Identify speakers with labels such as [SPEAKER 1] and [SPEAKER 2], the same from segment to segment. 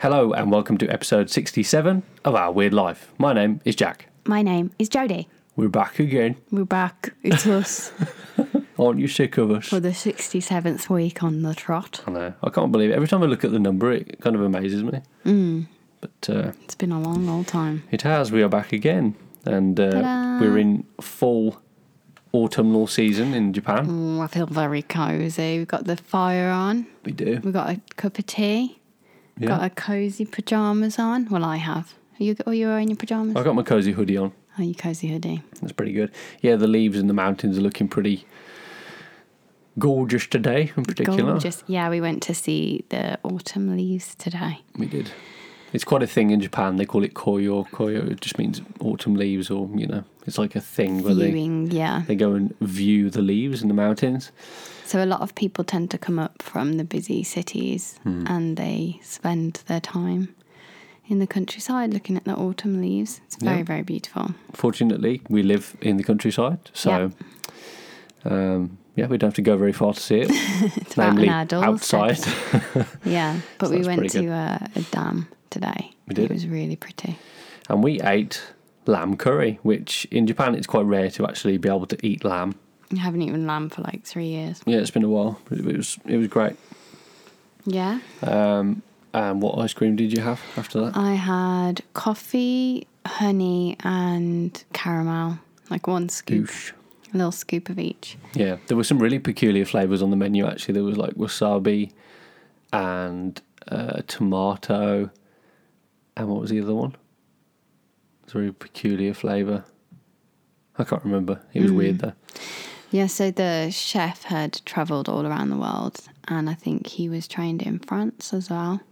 [SPEAKER 1] and welcome to episode 67 of Our Weird Life. My name is Jack.
[SPEAKER 2] My name is Jodie.
[SPEAKER 1] We're back again.
[SPEAKER 2] We're back. It's us
[SPEAKER 1] Aren't you sick of us?
[SPEAKER 2] for the 67th week on the trot.
[SPEAKER 1] I know. I can't believe it. Every time I look at the number, it kind of amazes me.
[SPEAKER 2] Mm.
[SPEAKER 1] But uh,
[SPEAKER 2] It's been a long, long time.
[SPEAKER 1] it has. We are back again. And uh,
[SPEAKER 2] Ta-da.
[SPEAKER 1] we're in full autumnal season in Japan.
[SPEAKER 2] Mm, I feel very cozy. We've got the fire on.
[SPEAKER 1] We do.
[SPEAKER 2] We've got a cup of tea.
[SPEAKER 1] Yeah.
[SPEAKER 2] Got our cozy pajamas on. Well, I have. Are you? Are you wearing your pajamas?
[SPEAKER 1] I got my cozy hoodie on.
[SPEAKER 2] Are you cozy hoodie?
[SPEAKER 1] That's pretty good. Yeah, the leaves and the mountains are looking pretty gorgeous today in particular.
[SPEAKER 2] Gorgeous. Yeah, we went to see the autumn leaves today.
[SPEAKER 1] We did. It's quite a thing in Japan. They call it koyo. Koyo it just means autumn leaves, or you know, it's like a thing where they,
[SPEAKER 2] Viewing. Yeah.
[SPEAKER 1] they go and view the leaves in the mountains.
[SPEAKER 2] So a lot of people tend to come up from the busy cities
[SPEAKER 1] Hmm.
[SPEAKER 2] and they spend their time in the countryside looking at the autumn leaves. It's very,
[SPEAKER 1] Yeah.
[SPEAKER 2] very beautiful.
[SPEAKER 1] Fortunately, we live in the countryside, so um, yeah, we don't have to go very far to see it.
[SPEAKER 2] It's about an adult.
[SPEAKER 1] outside.
[SPEAKER 2] Yeah. But we
[SPEAKER 1] that's
[SPEAKER 2] went
[SPEAKER 1] pretty good.
[SPEAKER 2] to a, a dam today.
[SPEAKER 1] We did.
[SPEAKER 2] It was really pretty.
[SPEAKER 1] and we ate lamb curry, which in Japan it's quite rare to actually be able to eat lamb.
[SPEAKER 2] I haven't eaten lamb for like three years.
[SPEAKER 1] Yeah, it's been a while, but it was it was great.
[SPEAKER 2] Yeah.
[SPEAKER 1] Um, and what ice cream did you have after that?
[SPEAKER 2] I had coffee, honey, and caramel. Like one scoop,
[SPEAKER 1] Douche.
[SPEAKER 2] a little scoop of each.
[SPEAKER 1] Yeah, there were some really peculiar flavors on the menu. Actually, there was like wasabi and uh, tomato, and what was the other one? It's a really peculiar flavor. I can't remember. It was weird though.
[SPEAKER 2] Yeah, so the chef had travelled all around the world, and I think he was trained in France as well.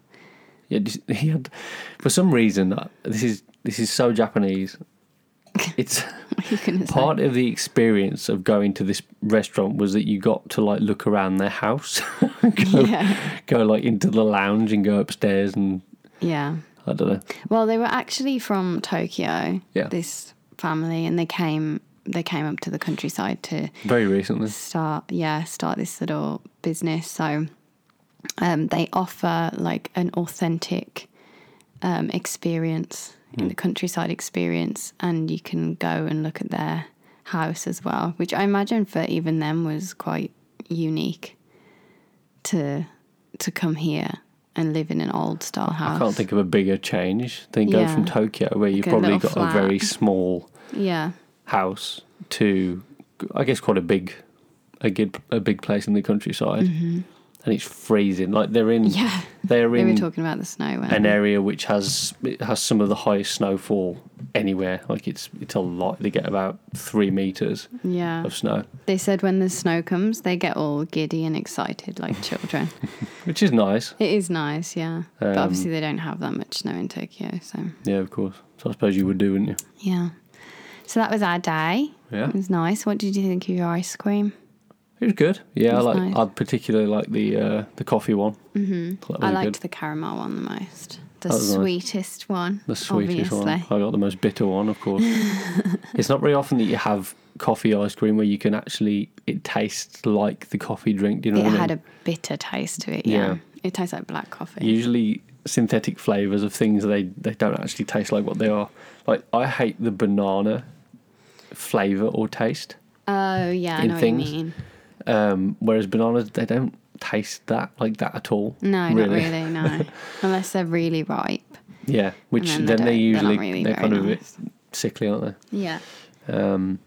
[SPEAKER 1] Yeah, just- he had for some reason. uh, This is this is so Japanese. It's
[SPEAKER 2] What are you gonna say?
[SPEAKER 1] part of the experience of going to this restaurant was that you got to like look around their house, go,
[SPEAKER 2] Yeah.
[SPEAKER 1] go like into the lounge and go upstairs and
[SPEAKER 2] Yeah.
[SPEAKER 1] I don't know.
[SPEAKER 2] Well, they were actually from Tokyo.
[SPEAKER 1] Yeah.
[SPEAKER 2] This family, and they came they came up to the countryside to
[SPEAKER 1] Very recently.
[SPEAKER 2] start yeah start this little business. So um, they offer like an authentic um, experience
[SPEAKER 1] Hmm.
[SPEAKER 2] in the countryside experience, and you can go and look at their house as well, which I imagine for even them was quite unique to to come here and live in an old style house.
[SPEAKER 1] I can't think of a bigger change than going
[SPEAKER 2] Yeah.
[SPEAKER 1] from Tokyo, where you've
[SPEAKER 2] Like a
[SPEAKER 1] probably got
[SPEAKER 2] little
[SPEAKER 1] a
[SPEAKER 2] flat.
[SPEAKER 1] very small
[SPEAKER 2] Yeah,
[SPEAKER 1] house, to I guess quite a big, a good, a big place in the countryside, and it's freezing. Like they're in,
[SPEAKER 2] Mm-hmm. yeah.
[SPEAKER 1] they're
[SPEAKER 2] We were
[SPEAKER 1] in
[SPEAKER 2] talking about the snow. weren't
[SPEAKER 1] an
[SPEAKER 2] we?
[SPEAKER 1] area which has it has some of the highest snowfall anywhere. Like it's it's a lot. They get about three meters
[SPEAKER 2] yeah,
[SPEAKER 1] of snow,
[SPEAKER 2] they said when the snow comes, they get all giddy and excited like children.
[SPEAKER 1] which is nice.
[SPEAKER 2] It is nice, yeah. but
[SPEAKER 1] Um,
[SPEAKER 2] obviously, they don't have that much snow in Tokyo, so
[SPEAKER 1] Yeah, of course. So I suppose you would do, wouldn't you?
[SPEAKER 2] yeah. So that was our day.
[SPEAKER 1] Yeah.
[SPEAKER 2] It was nice. What did you think of your ice cream?
[SPEAKER 1] It was good. Yeah, I
[SPEAKER 2] It's
[SPEAKER 1] like.
[SPEAKER 2] nice.
[SPEAKER 1] I particularly like the uh, the coffee one. Mm-hmm.
[SPEAKER 2] I liked the caramel one the most. The
[SPEAKER 1] That was nice.
[SPEAKER 2] sweetest one.
[SPEAKER 1] The sweetest
[SPEAKER 2] obviously.
[SPEAKER 1] one. I got the most bitter one, of course. it's not very often that you have coffee ice cream where you can actually it tastes like the coffee drink. Do you know
[SPEAKER 2] It
[SPEAKER 1] what I
[SPEAKER 2] had
[SPEAKER 1] mean?
[SPEAKER 2] a bitter taste to it. Yeah.
[SPEAKER 1] Yeah.
[SPEAKER 2] It tastes like black coffee.
[SPEAKER 1] Usually synthetic flavors of things they they don't actually taste like what they are. Like I hate the banana flavor or taste,
[SPEAKER 2] oh yeah, I
[SPEAKER 1] in
[SPEAKER 2] know
[SPEAKER 1] things.
[SPEAKER 2] what you mean.
[SPEAKER 1] um, whereas bananas they don't taste that like that at all.
[SPEAKER 2] No, not really. No, unless they're really ripe.
[SPEAKER 1] Yeah, which
[SPEAKER 2] then
[SPEAKER 1] then,
[SPEAKER 2] they
[SPEAKER 1] they,
[SPEAKER 2] don't- they're not
[SPEAKER 1] usually
[SPEAKER 2] really
[SPEAKER 1] they're
[SPEAKER 2] very
[SPEAKER 1] kind of a bit
[SPEAKER 2] nice.
[SPEAKER 1] sickly, aren't
[SPEAKER 2] Yeah.
[SPEAKER 1] they? Um,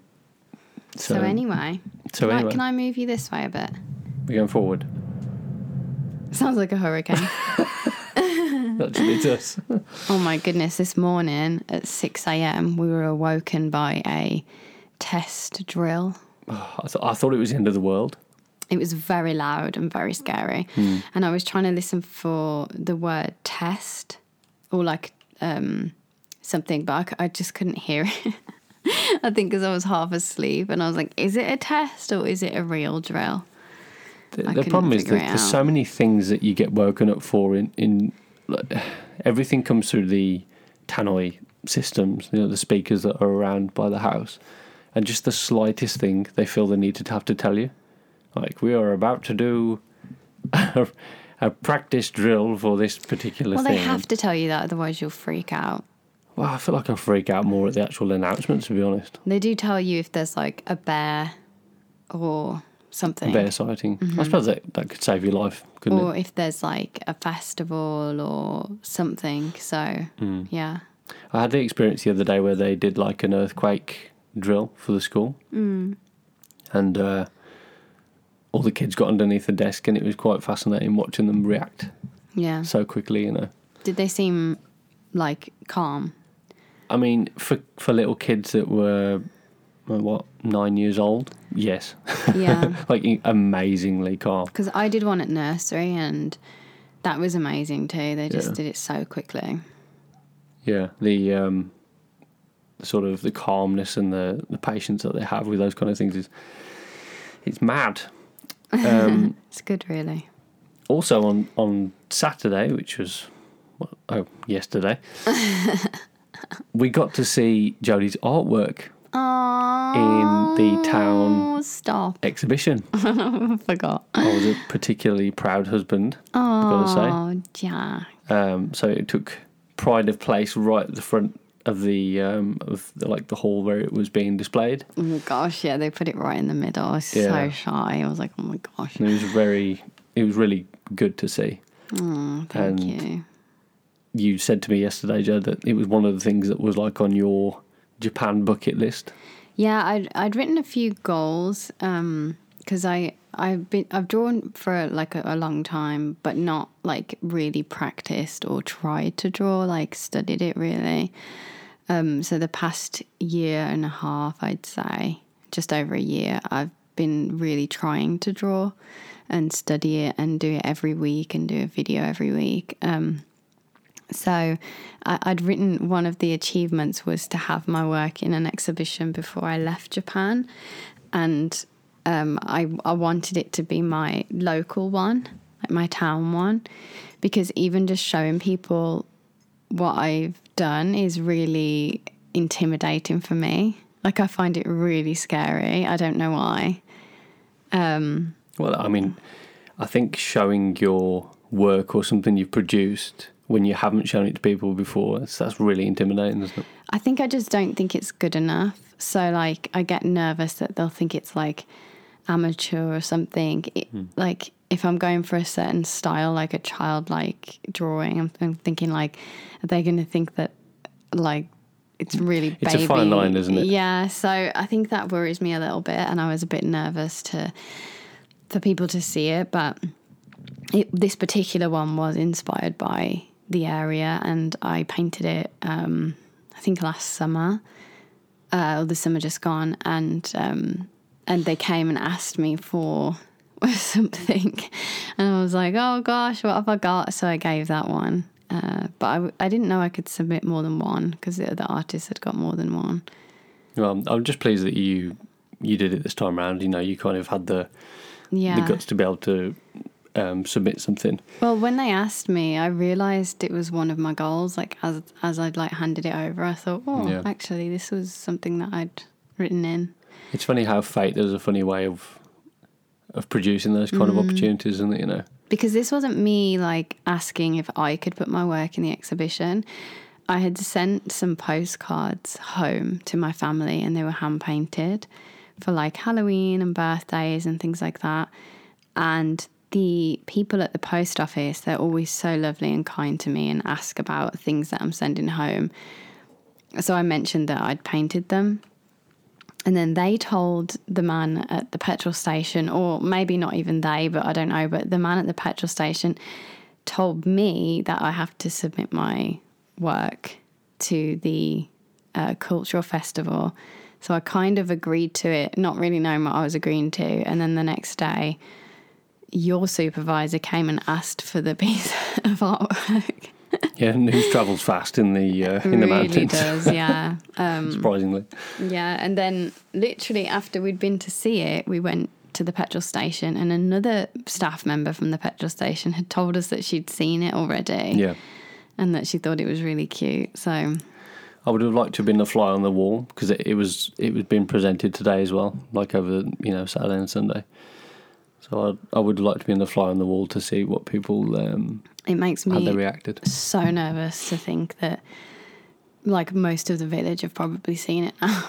[SPEAKER 2] So, anyway,
[SPEAKER 1] so
[SPEAKER 2] Right,
[SPEAKER 1] anyway,
[SPEAKER 2] can I move you this way a bit?
[SPEAKER 1] we're going forward.
[SPEAKER 2] Sounds like a hurricane. Mm.
[SPEAKER 1] Actually, it's us.
[SPEAKER 2] Oh my goodness, this morning at 6 a.m., we were awoken by a test drill.
[SPEAKER 1] I, th- I thought it was the end of the world.
[SPEAKER 2] It was very loud and very scary.
[SPEAKER 1] Hmm.
[SPEAKER 2] And I was trying to listen for the word test or like um, something, but I c- I, just couldn't hear it. I think because I was half asleep and I was like, is it a test or is it a real drill?
[SPEAKER 1] The,
[SPEAKER 2] I
[SPEAKER 1] the
[SPEAKER 2] couldn't
[SPEAKER 1] problem is that
[SPEAKER 2] figure it
[SPEAKER 1] there's so many things that you get woken up for in in like, everything comes through the tannoy systems, you know, the speakers that are around by the house, and just the slightest thing they feel the need to have to tell you. Like we are about to do a, a practice drill for this particular
[SPEAKER 2] Well,
[SPEAKER 1] thing.
[SPEAKER 2] they have to tell you that, otherwise you'll freak out.
[SPEAKER 1] Well, I feel like I freak out more at the actual announcement, to be honest.
[SPEAKER 2] They do tell you if there's like a bear or something,
[SPEAKER 1] Bear sighting. I suppose that, that could save your life, couldn't
[SPEAKER 2] or if there's like a festival or something. So
[SPEAKER 1] Hmm.
[SPEAKER 2] yeah,
[SPEAKER 1] it? I had the experience the other day where they did like an earthquake drill for the school. Mm. And uh, all the kids got underneath the desk, and it was quite fascinating watching them react
[SPEAKER 2] yeah.
[SPEAKER 1] so quickly, you know.
[SPEAKER 2] Did they seem like calm?
[SPEAKER 1] I mean, for for little kids that were uh, what nine years old, yes,
[SPEAKER 2] Yeah.
[SPEAKER 1] like i- amazingly calm.
[SPEAKER 2] Because I did one at nursery and that was amazing too. They just
[SPEAKER 1] Yeah.
[SPEAKER 2] did it so quickly.
[SPEAKER 1] Yeah, the um, sort of the calmness and the the patience that they have with those kind of things is it's mad. Um,
[SPEAKER 2] It's good, really.
[SPEAKER 1] also on on Saturday, which was what, oh yesterday, we got to see Jodie's artwork
[SPEAKER 2] Aww.
[SPEAKER 1] the town-
[SPEAKER 2] Stop.
[SPEAKER 1] exhibition.
[SPEAKER 2] I forgot.
[SPEAKER 1] I was a particularly proud husband. I've got to say.
[SPEAKER 2] Oh, Jack.
[SPEAKER 1] Um, so it took pride of place right at the front of the um, of the, like the hall where it was being displayed.
[SPEAKER 2] Oh my gosh, yeah, they put it right in the middle. I was
[SPEAKER 1] Yeah.
[SPEAKER 2] so shy. I was like, oh my gosh.
[SPEAKER 1] And it was very, it was really good to see.
[SPEAKER 2] Oh,
[SPEAKER 1] And-
[SPEAKER 2] thank you.
[SPEAKER 1] You said to me yesterday, Joe, that it was one of the things that was like on your Japan bucket list.
[SPEAKER 2] Yeah, I'd, I'd written a few goals because I I've been I've drawn for like a, a long time, but not like really practiced or tried to draw like studied it really. Um, so the past year and a half, I'd say, just over a year, I've been really trying to draw and study it and do it every week and do a video every week. Um, So I, I'd written one of the achievements was to have my work in an exhibition before I left Japan, and um, I I wanted it to be my local one, like my town one, because even just showing people what I've done is really intimidating for me. Like I find it really scary. I don't know why.
[SPEAKER 1] Well, I mean, I think showing your work or something you've produced when you haven't shown it to people before, that's, that's really intimidating, isn't it?
[SPEAKER 2] I think I just don't think it's good enough. So like I get nervous that they'll think it's like amateur or something. It,
[SPEAKER 1] Hmm.
[SPEAKER 2] Like if I'm going for a certain style, like a childlike drawing, I'm, I'm thinking like, are they going to think that like it's really
[SPEAKER 1] It's a fine
[SPEAKER 2] baby?
[SPEAKER 1] line, isn't it?
[SPEAKER 2] Yeah. So I think that worries me a little bit, and I was a bit nervous to for people to see it, but it, this particular one was inspired by the area, and I painted it. Um, I think last summer, uh, or the summer just gone, and um, and they came and asked me for something, and I was like, oh gosh, what have I got? So I gave that one, uh, but I, w- I didn't know I could submit more than one because the other artists had got more than one.
[SPEAKER 1] Well, Um, I'm just pleased that you you did it this time around. You know, you kind of had the
[SPEAKER 2] Yeah,
[SPEAKER 1] the guts to be able to um, submit something.
[SPEAKER 2] Well, when they asked me, I realized it was one of my goals. Like as as I'd like handed it over, I thought, oh,
[SPEAKER 1] Yeah.
[SPEAKER 2] actually, this was something that I'd written in.
[SPEAKER 1] It's funny how fate has a funny way of of producing those kind of
[SPEAKER 2] Mm.
[SPEAKER 1] opportunities, isn't it? You know,
[SPEAKER 2] because this wasn't me like asking if I could put my work in the exhibition. I had sent some postcards home to my family and they were hand painted for like Halloween and birthdays and things like that. And the people at the post office, they're always so lovely and kind to me and ask about things that I'm sending home. So I mentioned that I'd painted them and then they told the man at the petrol station, or maybe not even they, but I don't know, but the man at the petrol station told me that I have to submit my work to the uh, cultural festival. So I kind of agreed to it, not really knowing what I was agreeing to. And then the next day, your supervisor came and asked for the piece of artwork.
[SPEAKER 1] yeah, news travels fast in the uh, in the
[SPEAKER 2] really
[SPEAKER 1] mountains,
[SPEAKER 2] does, yeah.
[SPEAKER 1] surprisingly.
[SPEAKER 2] Yeah, and then literally after we'd been to see it, we went to the petrol station, and another staff member from the petrol station had told us that she'd seen it already
[SPEAKER 1] Yeah,
[SPEAKER 2] and that she thought it was really cute. So,
[SPEAKER 1] I would have liked to have been a fly on the wall because it, it was it was being presented today as well, like over you know Saturday and Sunday. So I, I would like to be on the fly on the wall to see what people um,
[SPEAKER 2] It makes
[SPEAKER 1] how they
[SPEAKER 2] me
[SPEAKER 1] reacted.
[SPEAKER 2] so nervous to think that, like, most of the village have probably seen it now.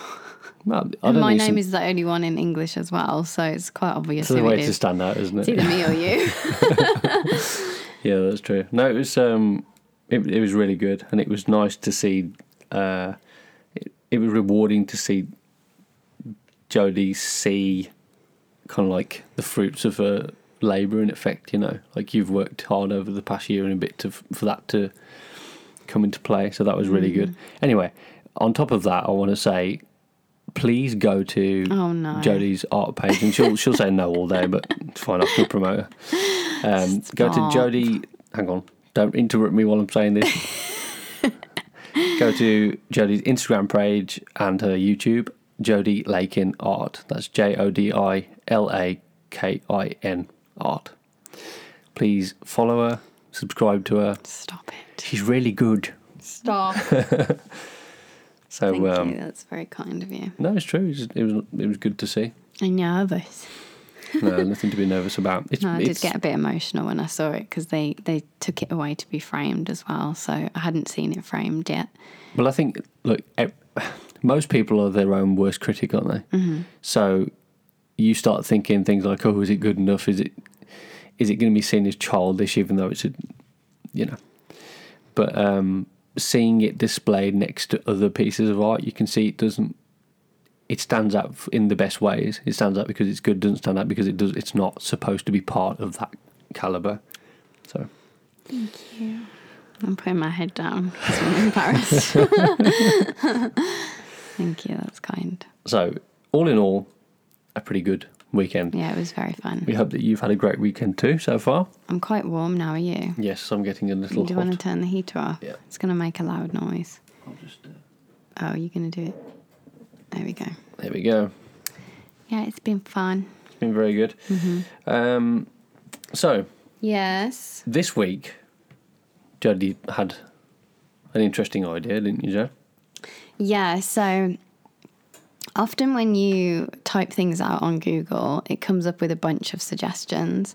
[SPEAKER 1] Well, I
[SPEAKER 2] And
[SPEAKER 1] don't
[SPEAKER 2] my
[SPEAKER 1] think
[SPEAKER 2] name
[SPEAKER 1] some-
[SPEAKER 2] is the only one in English as well, so it's quite obvious
[SPEAKER 1] it's the
[SPEAKER 2] who
[SPEAKER 1] way to
[SPEAKER 2] it is.
[SPEAKER 1] stand out, isn't
[SPEAKER 2] It's
[SPEAKER 1] it?
[SPEAKER 2] either me or you.
[SPEAKER 1] Yeah, that's true. No, it was um, it, it was really good, and it was nice to see. Uh, it, it was rewarding to see Jodie see kind of like the fruits of her labour in effect. You know, like you've worked hard over the past year and a bit to for that to come into play. So that was really good.
[SPEAKER 2] Mm-hmm.
[SPEAKER 1] Anyway, on top of that, I want to say, please go to
[SPEAKER 2] Oh, no.
[SPEAKER 1] Jodie's art page, and she'll she'll say no all day, but it's fine. I'll still promote her. Um, go to
[SPEAKER 2] Stop.
[SPEAKER 1] Jodie. Hang on, don't interrupt me while I'm saying this. go to Jodie's Instagram page and her YouTube, Jodie Lakin Art. That's J O D I L A K I N Art. Please follow her, subscribe to her.
[SPEAKER 2] Stop it.
[SPEAKER 1] She's really good.
[SPEAKER 2] Stop.
[SPEAKER 1] So
[SPEAKER 2] Thank
[SPEAKER 1] um,
[SPEAKER 2] you. That's very kind of you.
[SPEAKER 1] no, it's true. It's- It was it was good to see.
[SPEAKER 2] I'm nervous.
[SPEAKER 1] No, nothing to be nervous about. It's,
[SPEAKER 2] No, I did
[SPEAKER 1] it's-
[SPEAKER 2] get a bit emotional when I saw it because they, they took it away to be framed as well. So I hadn't seen it framed yet.
[SPEAKER 1] Well, I think look, e- most people are their own worst critic, aren't they? So you start thinking things like, "Oh, is it good enough? Is it is it going to be seen as childish, even though it's a you know?" But um, seeing it displayed next to other pieces of art, you can see it doesn't. It stands out f- in the best ways. It stands out because it's good. Doesn't stand out because it does. It's not supposed to be part of that caliber. So
[SPEAKER 2] I'm putting my head down 'cause I'm embarrassed. Thank you. That's kind.
[SPEAKER 1] so all in all, a pretty good weekend.
[SPEAKER 2] Yeah, it was very fun.
[SPEAKER 1] We hope that you've had a great weekend too so far.
[SPEAKER 2] I'm quite warm now. Are you?
[SPEAKER 1] Yes, I'm getting a
[SPEAKER 2] Do
[SPEAKER 1] little
[SPEAKER 2] you
[SPEAKER 1] hot.
[SPEAKER 2] want to turn the heater off?
[SPEAKER 1] Yeah.
[SPEAKER 2] It's going to make a loud noise.
[SPEAKER 1] I'll just, uh,
[SPEAKER 2] Oh, you're going to do it. There we go.
[SPEAKER 1] there we go.
[SPEAKER 2] Yeah, it's been fun.
[SPEAKER 1] It's been very good.
[SPEAKER 2] Mm-hmm.
[SPEAKER 1] Um, so
[SPEAKER 2] Yes.
[SPEAKER 1] this week, Jodie had an interesting idea, didn't you, Joe?
[SPEAKER 2] Yeah, so often when you type things out on Google, it comes up with a bunch of suggestions.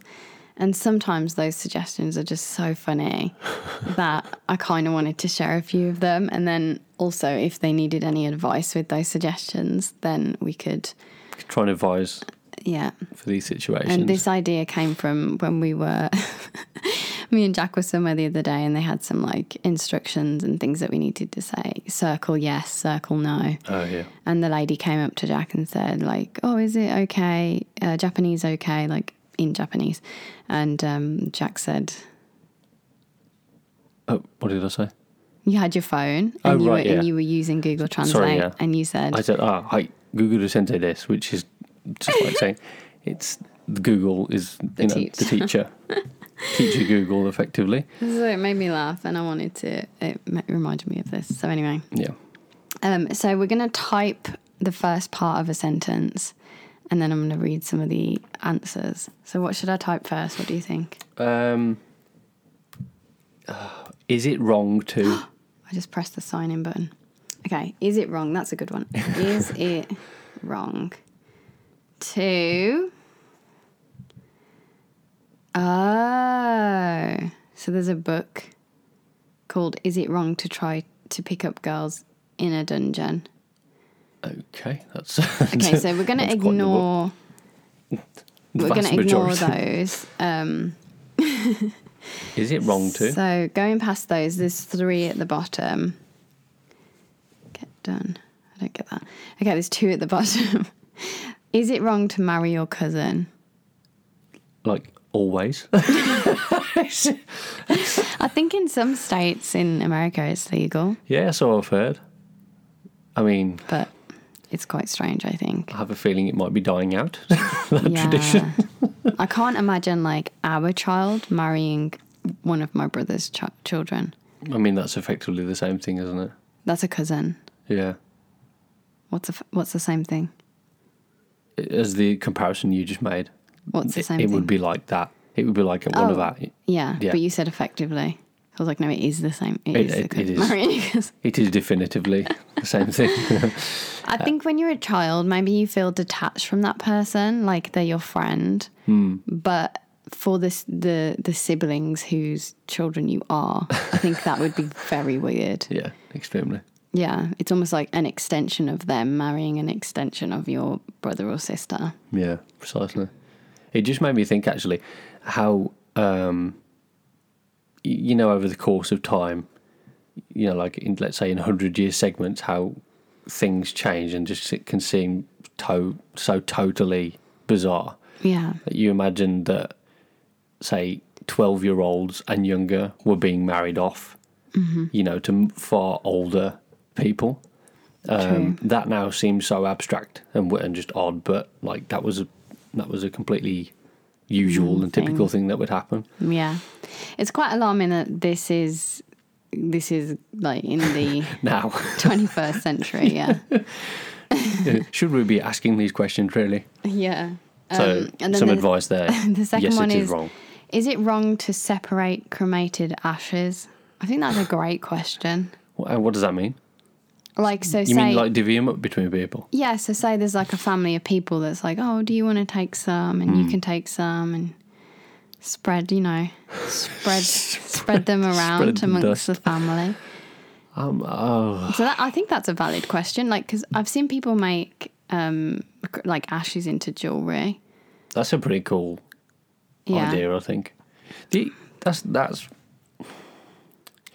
[SPEAKER 2] And sometimes those suggestions are just so funny that I kind of wanted to share a few of them. And then also, if they needed any advice with those suggestions, then we could,
[SPEAKER 1] Trying to advise
[SPEAKER 2] yeah.
[SPEAKER 1] for these situations.
[SPEAKER 2] And this idea came from when we were, me and Jack were somewhere the other day, and they had some like instructions and things that we needed to say circle yes, circle no.
[SPEAKER 1] oh yeah,
[SPEAKER 2] And the lady came up to Jack and said, like, oh, is it okay? Uh, Japanese okay? Like, in Japanese. And um, Jack said,
[SPEAKER 1] oh, what did I say?
[SPEAKER 2] you had your phone and,
[SPEAKER 1] Oh,
[SPEAKER 2] you,
[SPEAKER 1] right,
[SPEAKER 2] were,
[SPEAKER 1] yeah.
[SPEAKER 2] and you were using Google Translate.
[SPEAKER 1] yeah.
[SPEAKER 2] And you said,
[SPEAKER 1] I said, ah, hi, Google Docente this, which is just like saying it's Google is you know the
[SPEAKER 2] teacher.
[SPEAKER 1] teacher, teacher Google effectively.
[SPEAKER 2] so it made me laugh and I wanted to, it ma- reminded me of this. So anyway,
[SPEAKER 1] Yeah,
[SPEAKER 2] um, so we're going to type the first part of a sentence and then I'm going to read some of the answers. So what should I type first? What do you think?
[SPEAKER 1] Um, uh, is it wrong to?
[SPEAKER 2] I just pressed the sign in button. Okay, is it wrong? That's a good one. Is it wrong to. Oh, so there's a book called Is It Wrong to Try to Pick Up Girls in a Dungeon?
[SPEAKER 1] okay, that's
[SPEAKER 2] Okay, so we're going to
[SPEAKER 1] that's quite the book.
[SPEAKER 2] ignore.
[SPEAKER 1] The
[SPEAKER 2] We're going
[SPEAKER 1] vast
[SPEAKER 2] to ignore
[SPEAKER 1] majority.
[SPEAKER 2] those. Um,
[SPEAKER 1] Is it wrong to?
[SPEAKER 2] So going past those, there's three at the bottom. Get done. I don't get that. Okay, there's two at the bottom. Is it wrong to marry your cousin?
[SPEAKER 1] like always.
[SPEAKER 2] I think in some states in America it's legal,
[SPEAKER 1] yeah, so I've heard. I mean,
[SPEAKER 2] but it's quite strange, I think.
[SPEAKER 1] I have a feeling it might be dying out.
[SPEAKER 2] yeah.
[SPEAKER 1] tradition.
[SPEAKER 2] I can't imagine like our child marrying one of my brother's ch- children.
[SPEAKER 1] I mean, that's effectively the same thing, isn't it?
[SPEAKER 2] That's a cousin.
[SPEAKER 1] Yeah.
[SPEAKER 2] What's a f what's the same thing?
[SPEAKER 1] As the comparison you just made,
[SPEAKER 2] What's the
[SPEAKER 1] it,
[SPEAKER 2] same
[SPEAKER 1] it
[SPEAKER 2] thing?
[SPEAKER 1] would be like that. It would be like one of
[SPEAKER 2] Oh.
[SPEAKER 1] our.
[SPEAKER 2] Yeah,
[SPEAKER 1] Yeah.
[SPEAKER 2] but you said effectively. I was like, no, it is the same.
[SPEAKER 1] It-
[SPEAKER 2] it is.
[SPEAKER 1] it- it
[SPEAKER 2] the cousin
[SPEAKER 1] is.
[SPEAKER 2] marrying your cousin.
[SPEAKER 1] It is definitively the same thing. Uh,
[SPEAKER 2] I think when you're a child, maybe you feel detached from that person, like they're your friend.
[SPEAKER 1] Hmm.
[SPEAKER 2] But for this, the the siblings whose children you are, I think that would be very weird.
[SPEAKER 1] yeah, extremely.
[SPEAKER 2] Yeah, it's almost like an extension of them marrying an extension of your brother or sister.
[SPEAKER 1] Yeah, precisely. It just made me think actually how um y- you know over the course of time, you know, like in let's say in hundred year segments, how things change and just it can seem to- so totally bizarre.
[SPEAKER 2] Yeah,
[SPEAKER 1] That you imagine that say twelve year olds and younger were being married off,
[SPEAKER 2] Mm-hmm.
[SPEAKER 1] you know, to m- far older people um, that now seems so abstract and w- and just odd, but like that was a that was a completely usual
[SPEAKER 2] Mm,
[SPEAKER 1] and typical thing that would happen.
[SPEAKER 2] true. Yeah, it's quite alarming that this is this is like in the
[SPEAKER 1] Now,
[SPEAKER 2] 21st century. Yeah,
[SPEAKER 1] should we be asking these questions really?
[SPEAKER 2] yeah.
[SPEAKER 1] So,
[SPEAKER 2] Um, and then
[SPEAKER 1] some
[SPEAKER 2] the-
[SPEAKER 1] advice there.
[SPEAKER 2] The second
[SPEAKER 1] yes,
[SPEAKER 2] one
[SPEAKER 1] it is,
[SPEAKER 2] is
[SPEAKER 1] wrong.
[SPEAKER 2] Is it wrong to separate cremated ashes? I think that's a great question.
[SPEAKER 1] Wh- And what does that mean?
[SPEAKER 2] Like, so
[SPEAKER 1] You
[SPEAKER 2] say,
[SPEAKER 1] mean like divvying up between people?
[SPEAKER 2] yeah, so say there's like a family of people that's like, oh, do you want to take some?
[SPEAKER 1] Hmm.
[SPEAKER 2] And you can take some and spread, you know, spread, spread them around
[SPEAKER 1] spread the
[SPEAKER 2] amongst
[SPEAKER 1] dust.
[SPEAKER 2] the family.
[SPEAKER 1] Um, oh,
[SPEAKER 2] So that, I think that's a valid question. Like, because I've seen people make um, cr- like ashes into jewelry.
[SPEAKER 1] that's a pretty cool
[SPEAKER 2] Yeah.
[SPEAKER 1] idea, I think. The, that's that's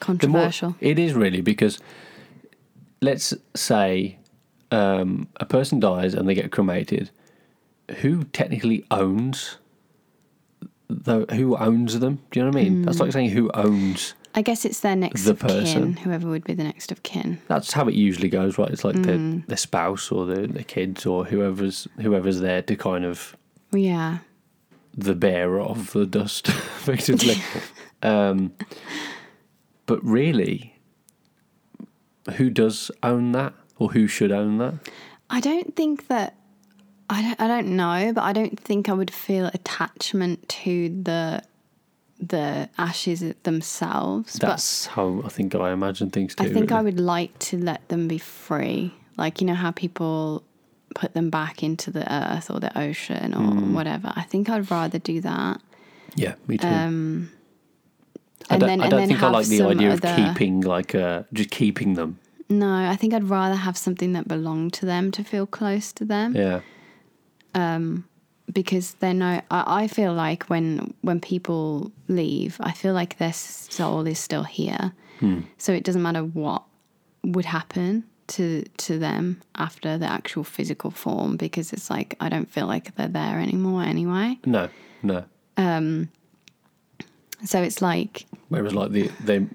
[SPEAKER 1] the more-
[SPEAKER 2] Controversial.
[SPEAKER 1] it is really because let's say um, a person dies and they get cremated. Who technically owns the who owns them? Do you know what I mean? That's like saying who owns.
[SPEAKER 2] I guess it's their next
[SPEAKER 1] the
[SPEAKER 2] of
[SPEAKER 1] person.
[SPEAKER 2] kin, whoever would be the next of kin.
[SPEAKER 1] That's how it usually goes, right? It's like their, their spouse or their, their kids or whoever's whoever's there to kind of
[SPEAKER 2] Yeah.
[SPEAKER 1] the bearer of
[SPEAKER 2] Mm-hmm.
[SPEAKER 1] the dust, effectively. um, but really, who does own that, or who should own that?
[SPEAKER 2] I don't think that I don't, I don't know, but I don't think I would feel attachment to the the ashes themselves.
[SPEAKER 1] That's how I think I imagine things too.
[SPEAKER 2] but I think I
[SPEAKER 1] really.
[SPEAKER 2] would like to let them be free. Like you know how people put them back into the earth or the ocean or
[SPEAKER 1] Hmm.
[SPEAKER 2] whatever. I think I'd rather do that.
[SPEAKER 1] yeah, me too. I
[SPEAKER 2] um, and
[SPEAKER 1] don't,
[SPEAKER 2] then-
[SPEAKER 1] I
[SPEAKER 2] and
[SPEAKER 1] don't
[SPEAKER 2] then
[SPEAKER 1] think I
[SPEAKER 2] have
[SPEAKER 1] like the
[SPEAKER 2] some
[SPEAKER 1] idea of
[SPEAKER 2] other-
[SPEAKER 1] keeping like uh, just keeping them.
[SPEAKER 2] No, I think I'd rather have something that belonged to them to feel close to them.
[SPEAKER 1] Yeah,
[SPEAKER 2] because they're no I, I feel like when when people leave i feel like their soul is still here so it doesn't matter what would happen to to them after the actual physical form because it's like i don't feel like they're there anymore anyway
[SPEAKER 1] no, no.
[SPEAKER 2] so it's like
[SPEAKER 1] Whereas like the they,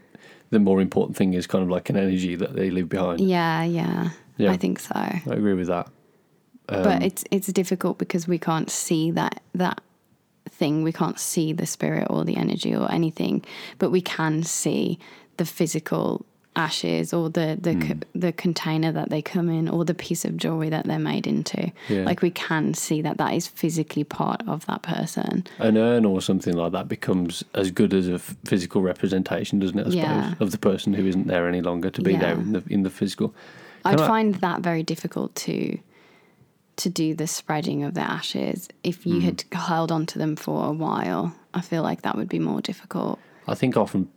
[SPEAKER 1] the more important thing is kind of like an energy that they leave behind.
[SPEAKER 2] yeah yeah,
[SPEAKER 1] Yeah.
[SPEAKER 2] i think so
[SPEAKER 1] I agree with that. Um,
[SPEAKER 2] but it's it's difficult because we can't see that that thing we can't see the spirit or the energy or anything but we can see the physical ashes or the the
[SPEAKER 1] Hmm.
[SPEAKER 2] co- the container that they come in or the piece of jewelry that they're made into
[SPEAKER 1] Yeah.
[SPEAKER 2] like we can see that that is physically part of that person
[SPEAKER 1] an urn or something like that becomes as good as a f- physical representation, doesn't it? I
[SPEAKER 2] Yeah.
[SPEAKER 1] suppose of the person who isn't there any longer to be there
[SPEAKER 2] Yeah.
[SPEAKER 1] in the in the physical.
[SPEAKER 2] i'd
[SPEAKER 1] I-
[SPEAKER 2] find that very difficult to to do the spreading of the ashes if
[SPEAKER 1] Hmm.
[SPEAKER 2] you had held onto them for a while i feel like that would be more difficult
[SPEAKER 1] I think often,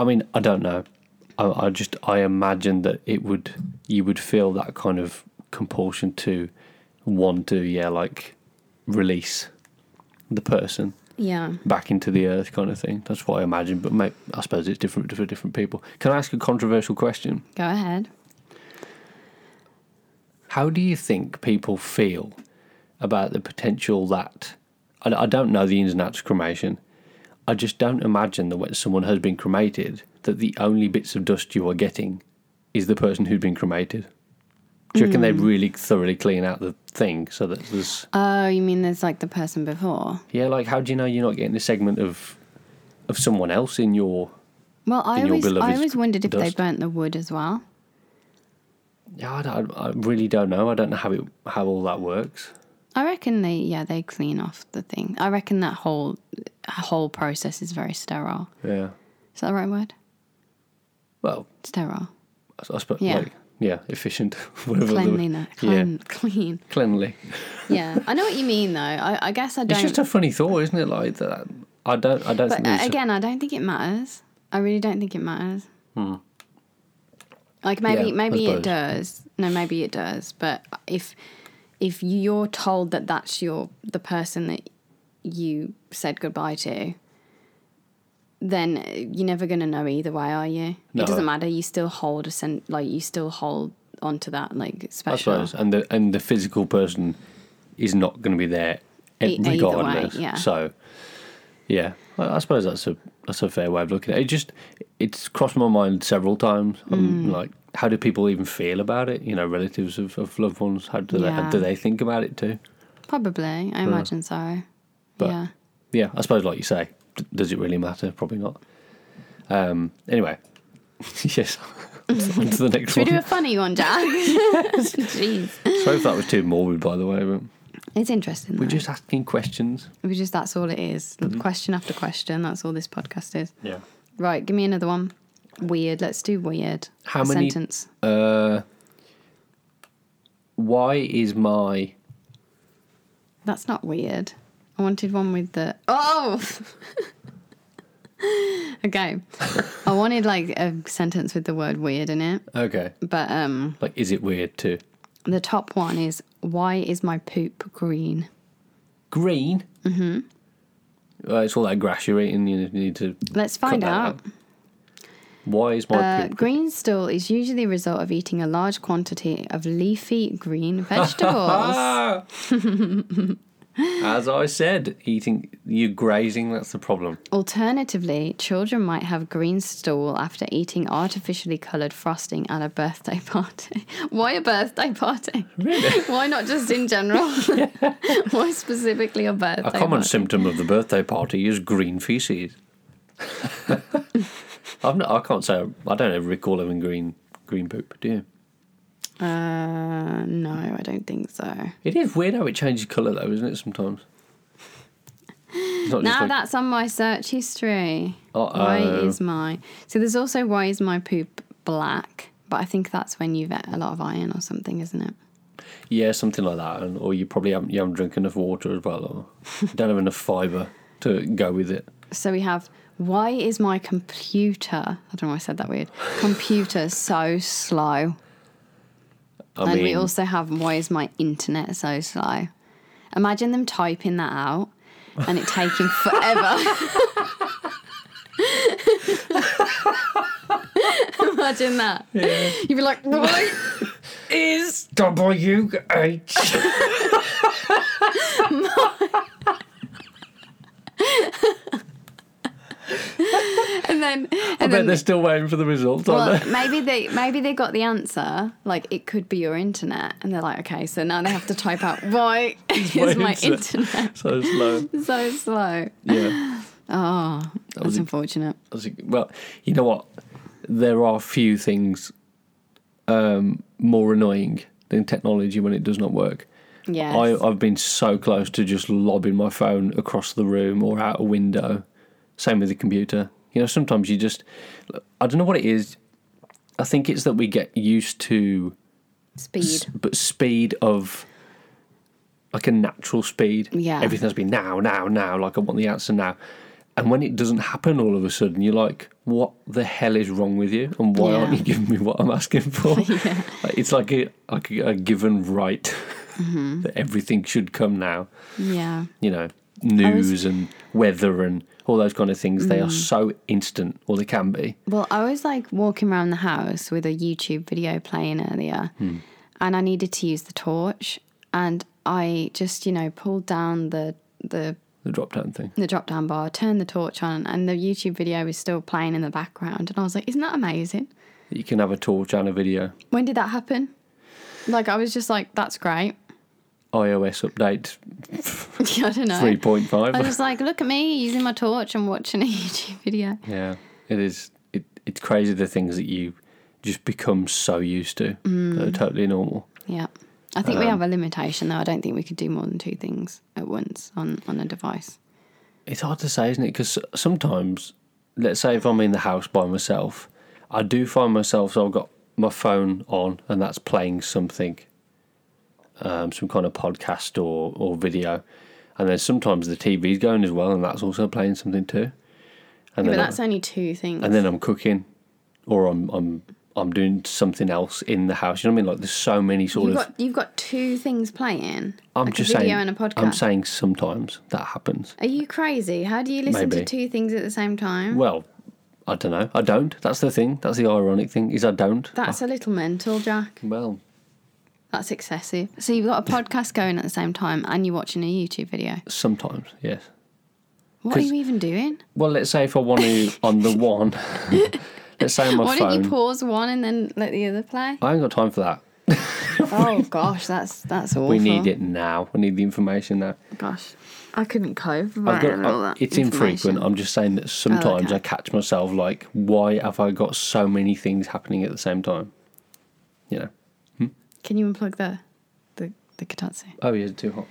[SPEAKER 1] I mean, I don't know. I, I just I imagine that it would you would feel that kind of compulsion to want to yeah like release the person
[SPEAKER 2] yeah
[SPEAKER 1] back into the earth kind of thing. That's what I imagine. But may I suppose it's different for different people. Can I ask a controversial question?
[SPEAKER 2] go ahead
[SPEAKER 1] How do you think people feel about the potential that I, I don't know the ins and outs of cremation. I just don't imagine that when someone has been cremated, that the only bits of dust you are getting is the person who'd been cremated. Do you reckon they really thoroughly clean out the thing so that there's
[SPEAKER 2] Oh, you mean there's like the person before?
[SPEAKER 1] yeah? Like, how do you know you're not getting a segment of of someone else in your?
[SPEAKER 2] Well, I
[SPEAKER 1] In your
[SPEAKER 2] always, I
[SPEAKER 1] beloved's
[SPEAKER 2] always wondered if they
[SPEAKER 1] dust.
[SPEAKER 2] burnt the wood as well.
[SPEAKER 1] Yeah, I, don't- I really don't know. I don't know how it how all that works.
[SPEAKER 2] I reckon they, yeah, they clean off the thing. I reckon that whole whole process is very sterile.
[SPEAKER 1] Yeah.
[SPEAKER 2] Is that the right word?
[SPEAKER 1] Well,
[SPEAKER 2] Sterile.
[SPEAKER 1] I, I suppose
[SPEAKER 2] Yeah.
[SPEAKER 1] like yeah, efficient, whatever. The,
[SPEAKER 2] Cleanliness. Clean. Clean.
[SPEAKER 1] cleanly.
[SPEAKER 2] Yeah. I know what you mean, though. I, I guess I don't.
[SPEAKER 1] It's just a funny thought, isn't it? Like that. I don't. I don't
[SPEAKER 2] But
[SPEAKER 1] think.
[SPEAKER 2] uh,
[SPEAKER 1] it's-
[SPEAKER 2] again, I don't think it matters. I really don't think it matters. Like maybe
[SPEAKER 1] Hmm. Yeah, I
[SPEAKER 2] maybe it
[SPEAKER 1] suppose.
[SPEAKER 2] does. No, maybe it does. But if if you're told that that's your the person that you said goodbye to, then you're never gonna know either way, are you?
[SPEAKER 1] No.
[SPEAKER 2] It doesn't matter. You still hold a sen- like you still hold onto that like
[SPEAKER 1] I
[SPEAKER 2] special.
[SPEAKER 1] suppose, and the and the physical person is not going to be there e-
[SPEAKER 2] E- either way,
[SPEAKER 1] regardless.
[SPEAKER 2] yeah.
[SPEAKER 1] So, yeah, I, I suppose that's a that's a fair way of looking at it. It just it's crossed my mind several times.
[SPEAKER 2] Mm.
[SPEAKER 1] I'm like, how do people even feel about it? You know, relatives of, of loved ones. How do they how
[SPEAKER 2] Yeah.
[SPEAKER 1] do they think about it too?
[SPEAKER 2] Probably, I imagine so.
[SPEAKER 1] Hmm. But-
[SPEAKER 2] yeah.
[SPEAKER 1] Yeah, I suppose like you say, d- does it really matter? Probably not. Um. Anyway, yes. on to the next
[SPEAKER 2] Should we do
[SPEAKER 1] one.
[SPEAKER 2] a funny one, Jack? Jeez,
[SPEAKER 1] Sorry if that was too morbid, by the way. But
[SPEAKER 2] it's interesting.
[SPEAKER 1] we're
[SPEAKER 2] though.
[SPEAKER 1] just asking questions.
[SPEAKER 2] We just that's all it is.
[SPEAKER 1] Mm-hmm.
[SPEAKER 2] Question after question. That's all this podcast is.
[SPEAKER 1] Yeah.
[SPEAKER 2] Right, give me another one. Weird. Let's do weird.
[SPEAKER 1] How
[SPEAKER 2] A
[SPEAKER 1] many-
[SPEAKER 2] sentence?
[SPEAKER 1] Uh, why is my
[SPEAKER 2] That's not weird. I wanted one with the oh. okay, I wanted like a sentence with the word weird in it,
[SPEAKER 1] okay?
[SPEAKER 2] but um,
[SPEAKER 1] Like, is it weird too?
[SPEAKER 2] the top one is why is my poop green?
[SPEAKER 1] Green. Mm-hmm. Uh, it's all that grass you're eating. You need to
[SPEAKER 2] Let's
[SPEAKER 1] cut
[SPEAKER 2] find
[SPEAKER 1] that
[SPEAKER 2] out.
[SPEAKER 1] Why is my
[SPEAKER 2] Uh,
[SPEAKER 1] poop?
[SPEAKER 2] green stool is usually a result of eating a large quantity of leafy green vegetables.
[SPEAKER 1] Ah! As I said, eating you grazing. That's the problem.
[SPEAKER 2] Alternatively, children might have green stool after eating artificially coloured frosting at a birthday party. Why a birthday party? Really? Why not just in general? Why specifically a birthday
[SPEAKER 1] A common
[SPEAKER 2] party?
[SPEAKER 1] symptom of the birthday party is green feces. I've not, I can't say I don't ever recall having green green poop. Do you?
[SPEAKER 2] Uh, no, I don't think so.
[SPEAKER 1] It is weird how it changes colour though, isn't it? Sometimes. It's not
[SPEAKER 2] Now
[SPEAKER 1] just like,
[SPEAKER 2] that's on my search history.
[SPEAKER 1] Uh-oh.
[SPEAKER 2] Why is my. So there's also why is my poop black? But I think that's when you've ate a lot of iron or something, isn't it?
[SPEAKER 1] yeah, something like that, and, or you probably haven't you haven't drunk enough water as well, or you don't have enough fibre to go with it.
[SPEAKER 2] So we have why is my computer? I don't know why I said that weird. Computer so slow.
[SPEAKER 1] I
[SPEAKER 2] and
[SPEAKER 1] mean,
[SPEAKER 2] we also have why is my internet so slow? Imagine them typing that out and it taking forever. Imagine that. You'd be like, why is
[SPEAKER 1] W H.
[SPEAKER 2] and then
[SPEAKER 1] I
[SPEAKER 2] and
[SPEAKER 1] bet
[SPEAKER 2] then
[SPEAKER 1] they're still waiting for the results, aren't
[SPEAKER 2] well,
[SPEAKER 1] they?
[SPEAKER 2] maybe they maybe they got the answer. Like it could be your internet, and they're like, okay, so now they have to type out why is my
[SPEAKER 1] internet-
[SPEAKER 2] internet
[SPEAKER 1] So slow.
[SPEAKER 2] so slow?
[SPEAKER 1] Yeah.
[SPEAKER 2] Oh, that's
[SPEAKER 1] was a-
[SPEAKER 2] unfortunate.
[SPEAKER 1] That's a- Well, you know what? There are few things um, more annoying than technology when it does not work.
[SPEAKER 2] Yes.
[SPEAKER 1] I, I've been so close to just lobbing my phone across the room or out a window. Same with the computer. You know, sometimes you just, I don't know what it is. I think it's that we get used to
[SPEAKER 2] Speed.
[SPEAKER 1] s- but speed of like a natural speed.
[SPEAKER 2] Yeah.
[SPEAKER 1] Everything has to be now, now, now. Like I want the answer now. And when it doesn't happen all of a sudden, you're like, what the hell is wrong with you? And why aren't
[SPEAKER 2] Yeah.
[SPEAKER 1] you giving me what I'm asking for? Like, it's like a, like a given right
[SPEAKER 2] Mm-hmm.
[SPEAKER 1] that everything should come now.
[SPEAKER 2] Yeah.
[SPEAKER 1] You know, news and weather and all those kind of things. They are
[SPEAKER 2] Mm.
[SPEAKER 1] so instant, or they can be.
[SPEAKER 2] Well, I was like walking around the house with a YouTube video playing earlier,
[SPEAKER 1] Hmm.
[SPEAKER 2] and I needed to use the torch, and I just you know pulled down the the
[SPEAKER 1] The drop down thing.
[SPEAKER 2] the drop down bar, turned the torch on, and the YouTube video was still playing in the background, and I was like, isn't that amazing?
[SPEAKER 1] You can have a torch and a video.
[SPEAKER 2] When did that happen? Like I was just like, that's great.
[SPEAKER 1] iOS update
[SPEAKER 2] I don't know.
[SPEAKER 1] 3.5.
[SPEAKER 2] I was like, look at me using my torch and watching a YouTube video.
[SPEAKER 1] Yeah, it is. It, it's crazy the things that you just become so used to
[SPEAKER 2] Mm.
[SPEAKER 1] that are totally normal.
[SPEAKER 2] Yeah. I think
[SPEAKER 1] Um,
[SPEAKER 2] we have a limitation though. I don't think we could do more than two things at once on, on a device.
[SPEAKER 1] It's hard to say, isn't it? Because sometimes, let's say if I'm in the house by myself, I do find myself. So I've got my phone on and that's playing something, um, some kind of podcast or, or video. And then sometimes the TV's going as well and that's also playing something too. And
[SPEAKER 2] Yeah, but
[SPEAKER 1] then I-
[SPEAKER 2] that's only two things.
[SPEAKER 1] and then I'm cooking or I'm I'm I'm doing something else in the house. You know what I mean? Like there's so many sort
[SPEAKER 2] you've
[SPEAKER 1] of
[SPEAKER 2] got you've got two things playing.
[SPEAKER 1] I'm
[SPEAKER 2] like
[SPEAKER 1] just
[SPEAKER 2] a video
[SPEAKER 1] saying
[SPEAKER 2] and a podcast.
[SPEAKER 1] I'm saying sometimes that happens.
[SPEAKER 2] Are you crazy? How do you listen
[SPEAKER 1] Maybe.
[SPEAKER 2] to two things at the same time?
[SPEAKER 1] Well, I don't know. I don't. That's the thing. That's the ironic thing is I don't.
[SPEAKER 2] That's a little mental, Jack.
[SPEAKER 1] Well,
[SPEAKER 2] That's excessive. So you've got a podcast going at the same time and you're watching a YouTube video.
[SPEAKER 1] sometimes, yes.
[SPEAKER 2] What are
[SPEAKER 1] 'Cause-
[SPEAKER 2] you even doing?
[SPEAKER 1] Well, let's say if I want to on the one, let's say on my
[SPEAKER 2] Why
[SPEAKER 1] phone.
[SPEAKER 2] don't you pause one and then let the other play?
[SPEAKER 1] I ain't got time for that.
[SPEAKER 2] oh gosh, that's that's awful.
[SPEAKER 1] We need it now. We need the information now.
[SPEAKER 2] Gosh, I couldn't cope.
[SPEAKER 1] I've got, I- it's infrequent. I'm just saying that sometimes
[SPEAKER 2] okay.
[SPEAKER 1] I catch myself like, why have I got so many things happening at the same time? You know.
[SPEAKER 2] Can you unplug the the the katatsu?
[SPEAKER 1] Oh, yeah, too hot.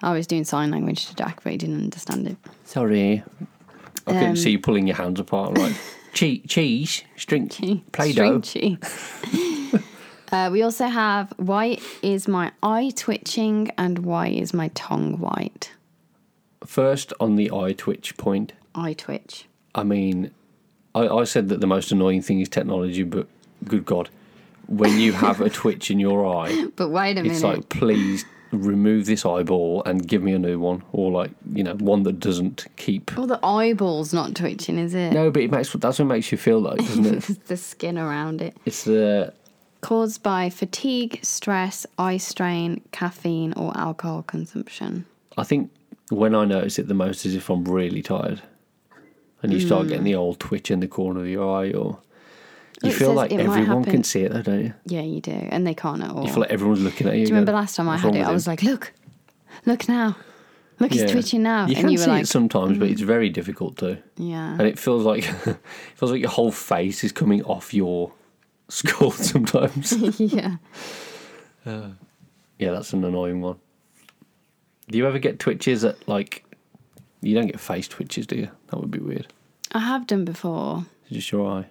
[SPEAKER 2] I was doing sign language to Jack, but he didn't understand it.
[SPEAKER 1] Sorry. I couldn't
[SPEAKER 2] Um,
[SPEAKER 1] see you pulling your hands apart. I'm like, che- cheese, string, Play Doh.
[SPEAKER 2] String cheese. uh, we also have why is my eye twitching and why is my tongue white?
[SPEAKER 1] First, on the eye twitch point,
[SPEAKER 2] Eye twitch.
[SPEAKER 1] I mean, I, I said that the most annoying thing is technology, but good God, when you have a twitch in your eye,
[SPEAKER 2] But wait a
[SPEAKER 1] it's
[SPEAKER 2] minute.
[SPEAKER 1] like, please remove this eyeball and give me a new one, or like, you know, one that doesn't keep.
[SPEAKER 2] well, the eyeball's not twitching, is it?
[SPEAKER 1] No, but it makes that's what makes you feel like, doesn't it?
[SPEAKER 2] the skin around it.
[SPEAKER 1] It's uh, the
[SPEAKER 2] Caused by fatigue, stress, eye strain, caffeine, or alcohol consumption.
[SPEAKER 1] I think when I notice it the most is if I'm really tired, and you start getting the old twitch in the corner of your eye, or you
[SPEAKER 2] Mm. It
[SPEAKER 1] feel
[SPEAKER 2] says
[SPEAKER 1] like
[SPEAKER 2] it might
[SPEAKER 1] everyone
[SPEAKER 2] happen.
[SPEAKER 1] can see it, though, don't you?
[SPEAKER 2] Yeah, you do. And they can't at all.
[SPEAKER 1] You feel like everyone's looking at you.
[SPEAKER 2] Do you remember last time I had it? I was like, look, look now. Look, he's twitching now.
[SPEAKER 1] You
[SPEAKER 2] and
[SPEAKER 1] can
[SPEAKER 2] you were
[SPEAKER 1] see
[SPEAKER 2] like, "Mm."
[SPEAKER 1] it sometimes, but it's very difficult to.
[SPEAKER 2] yeah.
[SPEAKER 1] And it feels like it feels like your whole face is coming off your skull sometimes.
[SPEAKER 2] yeah.
[SPEAKER 1] yeah, that's an annoying one. Do you ever get twitches at like? You don't get face twitches, do you? That would be weird.
[SPEAKER 2] I have done before.
[SPEAKER 1] It's just your eye.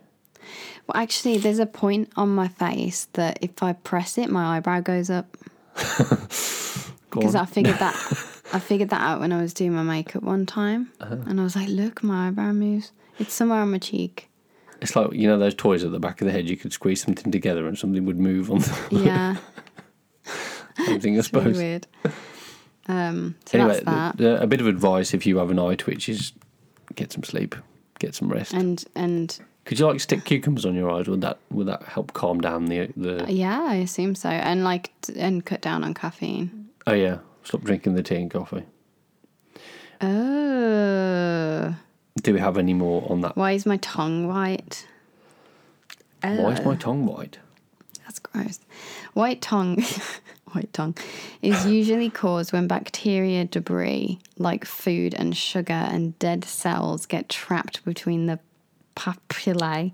[SPEAKER 2] Well, actually, there's a point on my face that if I press it, my eyebrow goes up.
[SPEAKER 1] Go
[SPEAKER 2] Because
[SPEAKER 1] on.
[SPEAKER 2] I figured that I figured that out when I was doing my makeup one time,
[SPEAKER 1] Uh-huh.
[SPEAKER 2] and I was like, "Look, my eyebrow moves. It's somewhere on my cheek."
[SPEAKER 1] It's like you know those toys at the back of the head. You could squeeze something together and something would move on the
[SPEAKER 2] Yeah,
[SPEAKER 1] something. I
[SPEAKER 2] it's really
[SPEAKER 1] suppose.
[SPEAKER 2] weird. Um, so
[SPEAKER 1] anyway,
[SPEAKER 2] that's that,
[SPEAKER 1] th- th- a bit of advice if you have an eye twitch is get some sleep, get some rest.
[SPEAKER 2] and and
[SPEAKER 1] Could you like stick cucumbers on your eyes? Would that would that help calm down the the?
[SPEAKER 2] yeah, I assume so, and like t- and cut down on caffeine.
[SPEAKER 1] oh yeah, stop drinking the tea and coffee.
[SPEAKER 2] Oh,
[SPEAKER 1] Do we have any more on that?
[SPEAKER 2] why is my tongue white?
[SPEAKER 1] Why is my
[SPEAKER 2] Uh,
[SPEAKER 1] tongue white?
[SPEAKER 2] That's gross. White tongue, white tongue, is usually caused when bacteria debris like food and sugar and dead cells get trapped between the papillae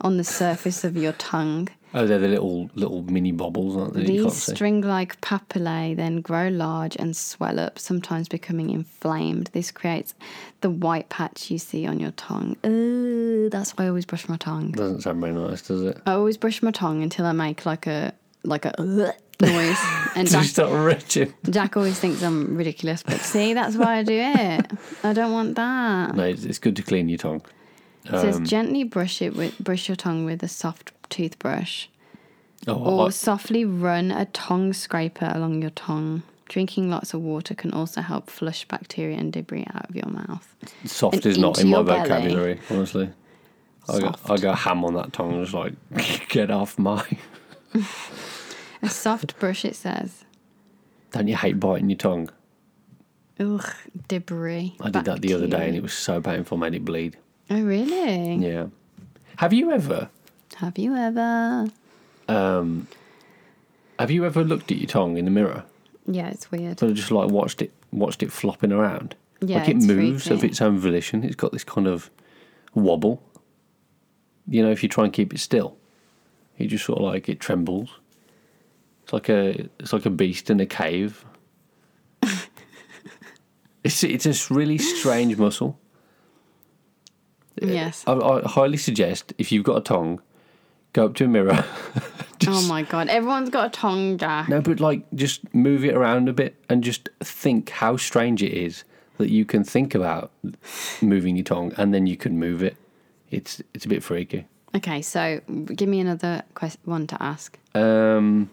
[SPEAKER 2] on the surface of your tongue.
[SPEAKER 1] Oh, they're the little little mini bobbles, aren't they? that You
[SPEAKER 2] These
[SPEAKER 1] can't see.
[SPEAKER 2] string-like papillae then grow large and swell up, sometimes becoming inflamed. This creates the white patch you see on your tongue. Ooh, that's why I always brush my tongue.
[SPEAKER 1] Doesn't sound very nice, does it?
[SPEAKER 2] I always brush my tongue until I make like a like a noise, and
[SPEAKER 1] Do you
[SPEAKER 2] Jack
[SPEAKER 1] start retching?
[SPEAKER 2] Jack always thinks I'm ridiculous, but see, that's why I do it. I don't want that.
[SPEAKER 1] No, it's, it's good to clean your tongue.
[SPEAKER 2] It says
[SPEAKER 1] Um,
[SPEAKER 2] gently brush it with brush your tongue with a soft toothbrush,
[SPEAKER 1] Oh,
[SPEAKER 2] or
[SPEAKER 1] I-
[SPEAKER 2] softly run a tongue scraper along your tongue. Drinking lots of water can also help flush bacteria and debris out of your mouth.
[SPEAKER 1] soft
[SPEAKER 2] and
[SPEAKER 1] is not
[SPEAKER 2] into
[SPEAKER 1] in my
[SPEAKER 2] your belly.
[SPEAKER 1] vocabulary, honestly. I go, I go ham on that tongue. Just like, get off my.
[SPEAKER 2] A soft brush, it says.
[SPEAKER 1] Don't you hate biting your tongue?
[SPEAKER 2] Ugh, debris.
[SPEAKER 1] I did that the other day and
[SPEAKER 2] bacteria.
[SPEAKER 1] it was so painful, made it bleed.
[SPEAKER 2] Oh really?
[SPEAKER 1] Yeah. Have you ever
[SPEAKER 2] Have you ever?
[SPEAKER 1] have you ever looked at your tongue in the mirror?
[SPEAKER 2] Yeah, it's weird.
[SPEAKER 1] But just like watched it watched it flopping around.
[SPEAKER 2] Yeah,
[SPEAKER 1] like it
[SPEAKER 2] it's
[SPEAKER 1] moves of
[SPEAKER 2] freaky.
[SPEAKER 1] its own volition. It's got this kind of wobble. You know, if you try and keep it still. It just sort of like it trembles. It's like a it's like a beast in a cave. it's it's this really strange muscle.
[SPEAKER 2] Yes.
[SPEAKER 1] I, I highly suggest if you've got a tongue, Go up to a mirror.
[SPEAKER 2] oh my god, everyone's got a tongue jack.
[SPEAKER 1] No, but like just move it around a bit and just think how strange it is that you can think about moving your tongue and then you can move it. It's it's a bit freaky.
[SPEAKER 2] Okay, so give me another quest- one to ask.
[SPEAKER 1] Um,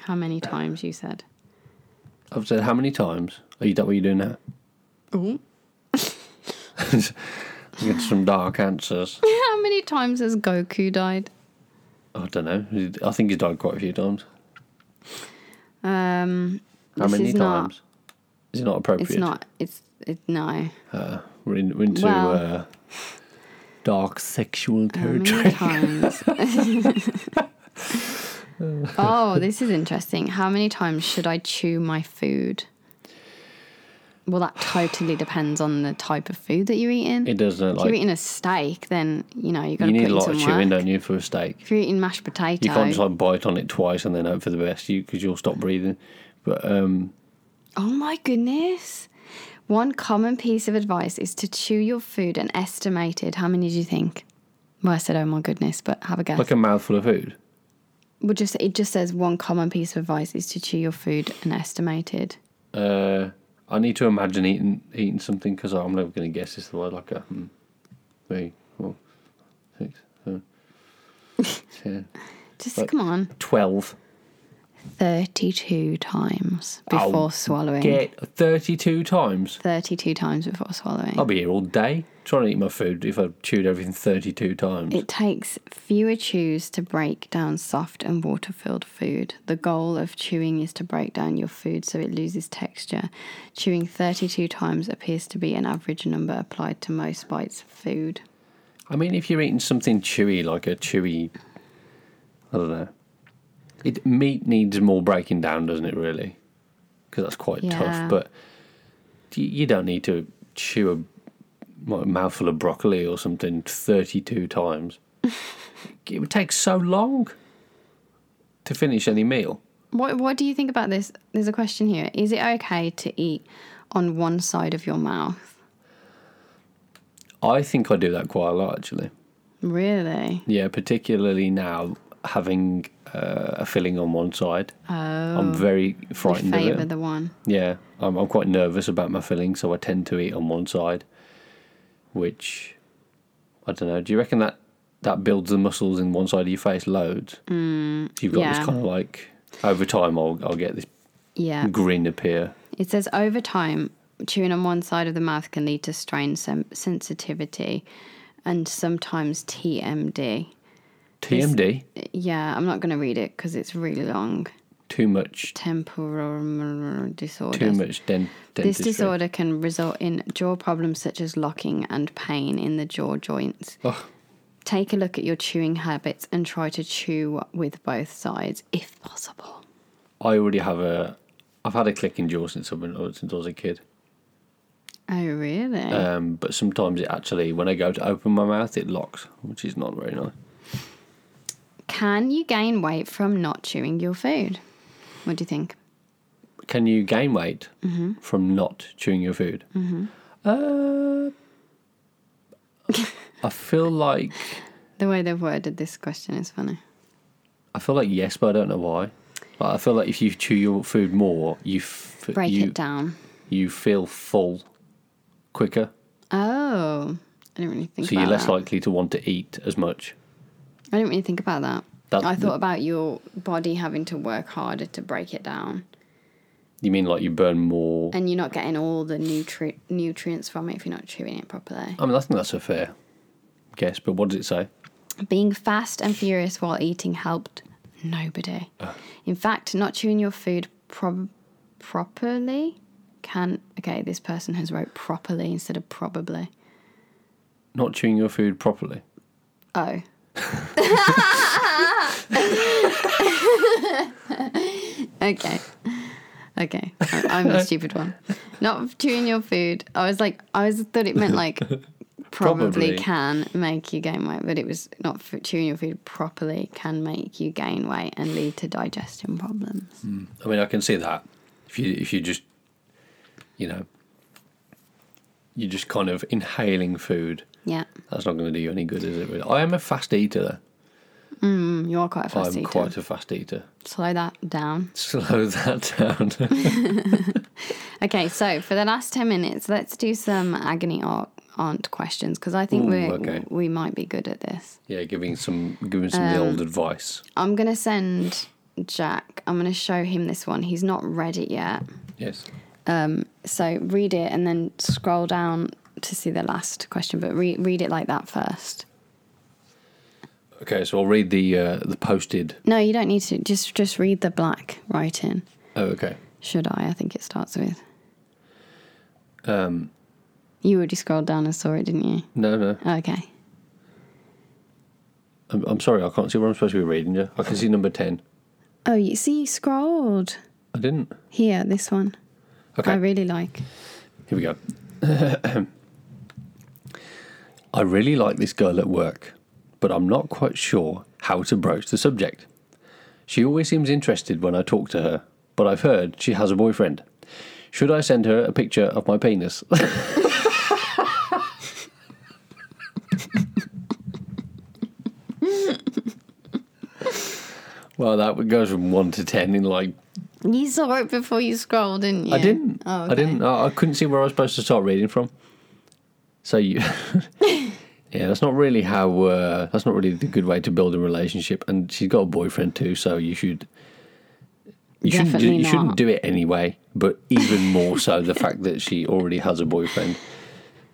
[SPEAKER 2] How many
[SPEAKER 1] Uh.
[SPEAKER 2] times you said?
[SPEAKER 1] I've said how many times? Are you that what you're doing now?
[SPEAKER 2] Oh.
[SPEAKER 1] Get some dark answers.
[SPEAKER 2] How many times has Goku died?
[SPEAKER 1] I don't know. I think he's died quite a few times.
[SPEAKER 2] Um,
[SPEAKER 1] How
[SPEAKER 2] this
[SPEAKER 1] many
[SPEAKER 2] is not-
[SPEAKER 1] times? is it not appropriate?
[SPEAKER 2] it's not. It's it, no.
[SPEAKER 1] Uh, we're, in, we're into
[SPEAKER 2] Well-
[SPEAKER 1] uh, dark sexual
[SPEAKER 2] How many
[SPEAKER 1] territory.
[SPEAKER 2] times? oh, this is interesting. How many times should I chew my food? Well, that totally depends on the type of food that you're eating.
[SPEAKER 1] It doesn't
[SPEAKER 2] if you're
[SPEAKER 1] like
[SPEAKER 2] eating a steak, then you know you're
[SPEAKER 1] you
[SPEAKER 2] gonna
[SPEAKER 1] need
[SPEAKER 2] put
[SPEAKER 1] a
[SPEAKER 2] in
[SPEAKER 1] lot
[SPEAKER 2] some
[SPEAKER 1] of chewing,
[SPEAKER 2] work.
[SPEAKER 1] don't you, for a steak?
[SPEAKER 2] If you're eating mashed potato,
[SPEAKER 1] You can't just like bite on it twice and then hope for the best, you because you'll stop breathing. But um,
[SPEAKER 2] Oh my goodness. One common piece of advice is to chew your food and estimate it. How many do you think? Well, I said, oh my goodness, but have a guess.
[SPEAKER 1] like a mouthful of food.
[SPEAKER 2] We'll just, it just says one common piece of advice is to chew your food and estimate it.
[SPEAKER 1] Uh, I need to imagine eating eating something because I'm never going to guess this. Word, like a hmm, three, four, six, seven, ten,
[SPEAKER 2] Just
[SPEAKER 1] Like-
[SPEAKER 2] come on.
[SPEAKER 1] twelve.
[SPEAKER 2] 32 times
[SPEAKER 1] Oh,
[SPEAKER 2] before swallowing.
[SPEAKER 1] Get thirty-two times.
[SPEAKER 2] 32 times before swallowing.
[SPEAKER 1] I'll be here all day trying to eat my food if I chewed everything thirty-two times.
[SPEAKER 2] It takes fewer chews to break down soft and water filled food. The goal of chewing is to break down your food so it loses texture. Chewing 32 times appears to be an average number applied to most bites of food.
[SPEAKER 1] I mean, if you're eating something chewy, like a chewy, I don't know. It meat needs more breaking down, doesn't it? Really, because that's quite
[SPEAKER 2] Yeah.
[SPEAKER 1] tough. But you, you don't need to chew a like, mouthful of broccoli or something thirty-two times. it would take so long to finish any meal.
[SPEAKER 2] What, what do you think about this? There's a question here. Is it okay to eat on one side of your mouth?
[SPEAKER 1] I think I do that quite a lot, actually.
[SPEAKER 2] Really?
[SPEAKER 1] Yeah, particularly now having uh, a filling on one side. I'm very
[SPEAKER 2] You
[SPEAKER 1] frightened of it.
[SPEAKER 2] favour the one.
[SPEAKER 1] Yeah, I'm, I'm quite nervous about my filling, so I tend to eat on one side, which I don't know. Do you reckon that that builds the muscles in one side of your face loads? Mm, You've got
[SPEAKER 2] yeah.
[SPEAKER 1] this kind of like over time, I'll I'll get this
[SPEAKER 2] Yeah.
[SPEAKER 1] grin appear.
[SPEAKER 2] It says over time, chewing on one side of the mouth can lead to strain sem- sensitivity and sometimes TMD.
[SPEAKER 1] TMD,
[SPEAKER 2] Yeah, I'm not going to read it because it's really long.
[SPEAKER 1] too much,
[SPEAKER 2] Temporal disorder.
[SPEAKER 1] too much dent.
[SPEAKER 2] This
[SPEAKER 1] dentistry.
[SPEAKER 2] disorder can result in jaw problems such as locking and pain in the jaw joints.
[SPEAKER 1] Ugh.
[SPEAKER 2] Take a look at your chewing habits and try to chew with both sides if possible.
[SPEAKER 1] I already have a. I've had a clicking jaw since I've been since I was a kid.
[SPEAKER 2] Oh, really?
[SPEAKER 1] Um, but sometimes it actually, when I go to open my mouth, it locks, which is not very nice.
[SPEAKER 2] Can you gain weight from not chewing your food? What do you think?
[SPEAKER 1] can you gain weight
[SPEAKER 2] Mm-hmm.
[SPEAKER 1] from not chewing your food? Uh, I feel like
[SPEAKER 2] The way they've worded this question is funny.
[SPEAKER 1] I feel like yes, but I don't know why. Like, I feel like if you chew your food more, you f-
[SPEAKER 2] Break
[SPEAKER 1] you,
[SPEAKER 2] it down.
[SPEAKER 1] you feel full quicker,
[SPEAKER 2] Oh, I didn't really think
[SPEAKER 1] so
[SPEAKER 2] about
[SPEAKER 1] you're less
[SPEAKER 2] that.
[SPEAKER 1] likely to want to eat as much.
[SPEAKER 2] I didn't really think about that.
[SPEAKER 1] That-
[SPEAKER 2] I thought about your body having to work harder to break it down,
[SPEAKER 1] You mean like you burn more?
[SPEAKER 2] and you're not getting all the nutri- nutrients from it if you're not chewing it properly.
[SPEAKER 1] I mean, I think that's a fair guess, but what does it say?
[SPEAKER 2] Being fast and furious while eating helped nobody. In fact, not chewing your food prob- properly can. Okay, this person has wrote properly instead of probably.
[SPEAKER 1] Not chewing your food properly.
[SPEAKER 2] Oh. okay. Okay. I- I'm the stupid one. Not chewing your food. I was like, I was thought it meant like probably,
[SPEAKER 1] Probably.
[SPEAKER 2] can make you gain weight, but it was not f- chewing your food properly can make you gain weight and lead to digestion problems.
[SPEAKER 1] I mean, I can see that. If you if you just, you know, you're just kind of inhaling food
[SPEAKER 2] Yeah.
[SPEAKER 1] That's not going to do you any good, is it? Really? I am a fast eater. though.
[SPEAKER 2] Mm, you are quite a fast
[SPEAKER 1] I'm
[SPEAKER 2] eater.
[SPEAKER 1] quite a fast eater.
[SPEAKER 2] Slow that down.
[SPEAKER 1] Slow that down.
[SPEAKER 2] Okay, so for the last 10 minutes, let's do some agony aunt, aunt questions because I think
[SPEAKER 1] Ooh,
[SPEAKER 2] we
[SPEAKER 1] okay.
[SPEAKER 2] we might be good at this.
[SPEAKER 1] yeah, giving some giving some of the
[SPEAKER 2] Um,
[SPEAKER 1] old advice.
[SPEAKER 2] I'm going to send Jack, I'm going to show him this one. He's not read it yet.
[SPEAKER 1] Yes.
[SPEAKER 2] So read it and then scroll down to see the last question, but re- read it like that first.
[SPEAKER 1] Okay, so I'll read the uh, the posted.
[SPEAKER 2] No, you don't need to. Just just read the black writing.
[SPEAKER 1] Oh, okay.
[SPEAKER 2] Should I? I think it starts with. Um,
[SPEAKER 1] Um.
[SPEAKER 2] you already scrolled down and saw it, didn't you?
[SPEAKER 1] No, no.
[SPEAKER 2] Okay.
[SPEAKER 1] I'm, I'm sorry. I can't see what I'm supposed to be reading. Yeah, I can see number ten.
[SPEAKER 2] Oh, you see, you scrolled
[SPEAKER 1] I didn't.
[SPEAKER 2] here. This one
[SPEAKER 1] Okay.
[SPEAKER 2] I really like.
[SPEAKER 1] Here we go. I really like this girl at work, but I'm not quite sure how to broach the subject. She always seems interested when I talk to her, but I've heard she has a boyfriend. Should I send her a picture of my penis? well, that goes from one to ten in like
[SPEAKER 2] You saw it before you scrolled, didn't you?
[SPEAKER 1] I didn't.
[SPEAKER 2] Oh,
[SPEAKER 1] I
[SPEAKER 2] okay.
[SPEAKER 1] didn't. I, I couldn't see where I was supposed to start reading from. So you, yeah, that's not really how. Uh, that's not really the good way to build a relationship. And she's got a boyfriend too, so you should. You shouldn't, do,
[SPEAKER 2] Definitely
[SPEAKER 1] you shouldn't
[SPEAKER 2] not.
[SPEAKER 1] do it anyway, but even more so the fact that she already has a boyfriend.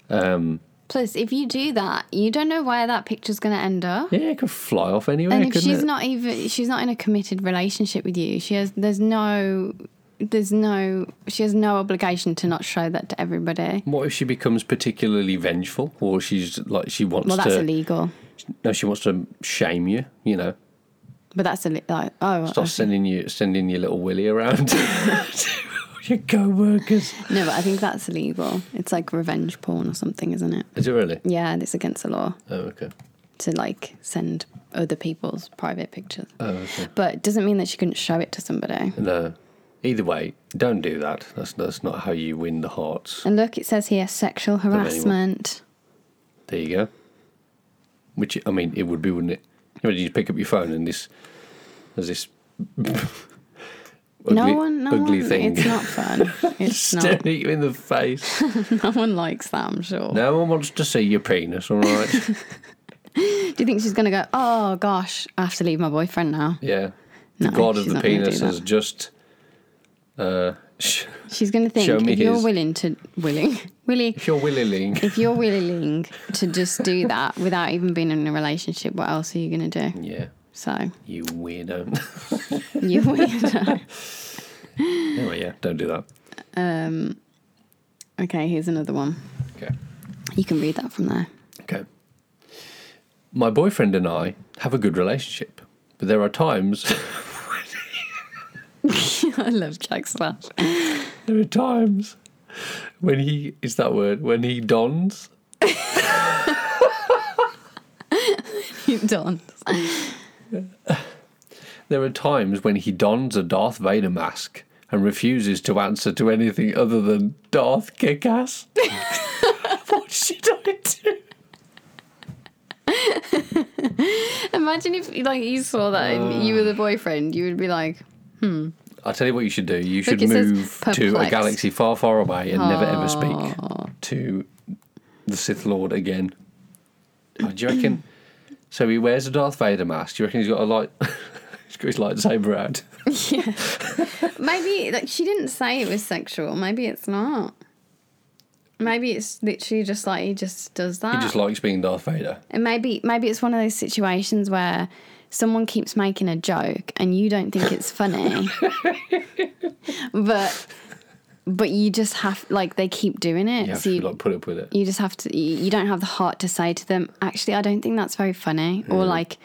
[SPEAKER 2] Plus, if you do that, you don't know where that picture's going to end up.
[SPEAKER 1] Yeah, it could fly off anyway,
[SPEAKER 2] and if
[SPEAKER 1] couldn't
[SPEAKER 2] she's
[SPEAKER 1] it?
[SPEAKER 2] not even, she's not in a committed relationship with you. She has. There's no. There's no. She has no obligation to not show that to everybody.
[SPEAKER 1] what if she becomes particularly vengeful or she's like, she wants
[SPEAKER 2] Well, that's
[SPEAKER 1] to.
[SPEAKER 2] illegal.
[SPEAKER 1] No, she wants to shame you, you know.
[SPEAKER 2] But that's a li- like oh
[SPEAKER 1] Stop sending you sending your little willy around to your co-workers.
[SPEAKER 2] no, but I think that's illegal. It's like revenge porn or something, isn't it?
[SPEAKER 1] Is it really?
[SPEAKER 2] Yeah, and it's against the law
[SPEAKER 1] Oh, okay.
[SPEAKER 2] to like send other people's private pictures.
[SPEAKER 1] Oh, okay.
[SPEAKER 2] But it doesn't mean that she couldn't show it to somebody.
[SPEAKER 1] No. Either way, don't do that. That's that's not how you win the hearts.
[SPEAKER 2] And look, it says here sexual
[SPEAKER 1] anyone.
[SPEAKER 2] harassment.
[SPEAKER 1] There you go. Which I mean, it would be, wouldn't it? Imagine you pick up your phone and this there's this ugly,
[SPEAKER 2] no one, no
[SPEAKER 1] ugly
[SPEAKER 2] one.
[SPEAKER 1] thing
[SPEAKER 2] It's not fun. It's
[SPEAKER 1] staring
[SPEAKER 2] not.
[SPEAKER 1] at you in the face.
[SPEAKER 2] No one likes that. I'm sure.
[SPEAKER 1] no one wants to see your penis. All right.
[SPEAKER 2] Do you think she's gonna go? Oh gosh, I have to leave my boyfriend now.
[SPEAKER 1] Yeah. The
[SPEAKER 2] No,
[SPEAKER 1] god of
[SPEAKER 2] she's
[SPEAKER 1] the
[SPEAKER 2] not gonna do
[SPEAKER 1] penis
[SPEAKER 2] that.
[SPEAKER 1] has just. Uh, sh-
[SPEAKER 2] She's gonna think
[SPEAKER 1] Show me
[SPEAKER 2] if you're
[SPEAKER 1] his.
[SPEAKER 2] willing to willing willy
[SPEAKER 1] if you're willing.
[SPEAKER 2] if you're willing to just do that without even being in a relationship, what else are you going to do?
[SPEAKER 1] Yeah,
[SPEAKER 2] So
[SPEAKER 1] you weirdo.
[SPEAKER 2] you weird.
[SPEAKER 1] anyway, Oh, yeah, don't do that.
[SPEAKER 2] okay, here's another one.
[SPEAKER 1] Okay.
[SPEAKER 2] You can read that from there.
[SPEAKER 1] Okay. My boyfriend and I have a good relationship, but there are times
[SPEAKER 2] I love Jack Slash.
[SPEAKER 1] there are times when he is that word when he dons
[SPEAKER 2] You don't.
[SPEAKER 1] There are times when he dons a Darth Vader mask and refuses to answer to anything other than Darth Kickass. what should I do?
[SPEAKER 2] Imagine if like you saw that and you were the boyfriend, you would be like,
[SPEAKER 1] I'll tell you what you should do. You should
[SPEAKER 2] it says
[SPEAKER 1] move to a
[SPEAKER 2] perplexed.
[SPEAKER 1] galaxy far, far away and never ever speak to the Sith Lord again. Oh, do you reckon? so he wears a Darth Vader mask. Do you reckon he's got a light? he's got his lightsaber out.
[SPEAKER 2] maybe like she didn't say it was sexual. Maybe it's not. Maybe it's literally just like he just does that.
[SPEAKER 1] He just likes being Darth Vader.
[SPEAKER 2] And maybe maybe it's one of those situations where someone keeps making a joke and you don't think it's funny. but but you just have like they keep doing it.
[SPEAKER 1] You have
[SPEAKER 2] so
[SPEAKER 1] to
[SPEAKER 2] you,
[SPEAKER 1] like put up with it.
[SPEAKER 2] you just have to you, you don't have the heart to say to them, actually I don't think that's very funny or like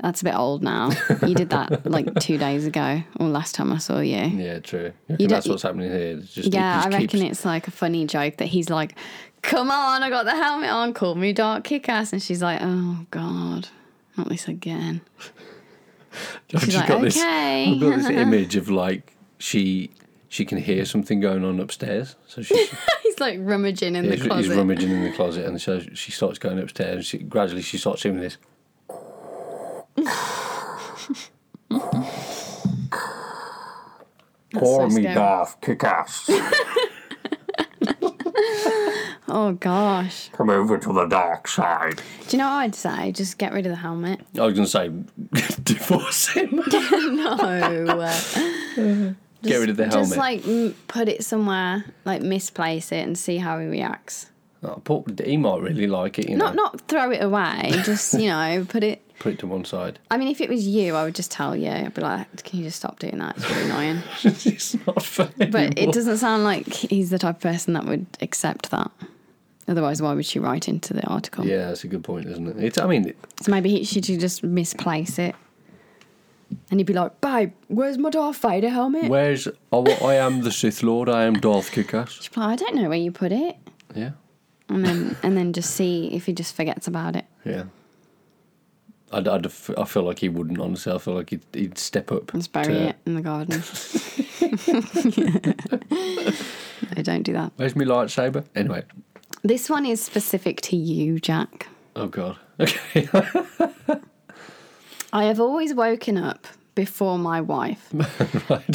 [SPEAKER 2] that's a bit old now. You did that like two days ago or last time I saw you.
[SPEAKER 1] Yeah, true. You reckon
[SPEAKER 2] don't-
[SPEAKER 1] that's what's happening here. It's just, he
[SPEAKER 2] Yeah, I
[SPEAKER 1] just keeps-
[SPEAKER 2] reckon it's like a funny joke that he's like, "Come on, I got the helmet on. Call me Dark Kickass," and she's like, "Oh God, not this again."
[SPEAKER 1] I've
[SPEAKER 2] She's
[SPEAKER 1] just
[SPEAKER 2] like,
[SPEAKER 1] got this.
[SPEAKER 2] "Okay."
[SPEAKER 1] I've got this image of like she she can hear something going on upstairs, so she
[SPEAKER 2] he's like rummaging in
[SPEAKER 1] Yeah,
[SPEAKER 2] the
[SPEAKER 1] he's,
[SPEAKER 2] closet.
[SPEAKER 1] he's rummaging in the closet, and so she starts going upstairs. And she, gradually, she starts hearing this.
[SPEAKER 2] That's so scary.
[SPEAKER 1] Darth Kickass.
[SPEAKER 2] Oh gosh.
[SPEAKER 1] Come over to the dark side.
[SPEAKER 2] Do you know what I'd say? Just get rid of the helmet.
[SPEAKER 1] I was going to say, divorce him.
[SPEAKER 2] no. uh,
[SPEAKER 1] Get rid of the helmet.
[SPEAKER 2] Just like m- put it somewhere, like misplace it and see how he reacts.
[SPEAKER 1] Oh, poor- he might really like it. You
[SPEAKER 2] Not
[SPEAKER 1] know,
[SPEAKER 2] not throw it away. Just you know, put it.
[SPEAKER 1] put it to one side.
[SPEAKER 2] I mean, if it was you, I would just tell you. I'd be like, "Can you just stop doing that? It's really annoying."
[SPEAKER 1] it's not fair.
[SPEAKER 2] But it
[SPEAKER 1] anymore.
[SPEAKER 2] doesn't sound like he's the type of person that would accept that. Otherwise, why would she write into the article?
[SPEAKER 1] Yeah, that's a good point, isn't it? It's. I mean,
[SPEAKER 2] So maybe he, she should just misplace it, and he'd be like, "Babe, where's my Darth Vader helmet?"
[SPEAKER 1] where's oh, well, I am the Sith Lord. I am Darth Kickass.
[SPEAKER 2] She'd be like, "I don't know where you put it,"
[SPEAKER 1] Yeah,
[SPEAKER 2] and then and then just see if he just forgets about it.
[SPEAKER 1] yeah. I'd, I'd, f- I feel like he wouldn't. Honestly, I feel like he'd, he'd step up.
[SPEAKER 2] Just bury
[SPEAKER 1] to-
[SPEAKER 2] it in the garden. no, don't do that.
[SPEAKER 1] Where's my lightsaber? Anyway.
[SPEAKER 2] This one is specific to you, Jack.
[SPEAKER 1] Oh God. Okay.
[SPEAKER 2] I have always woken up before my wife.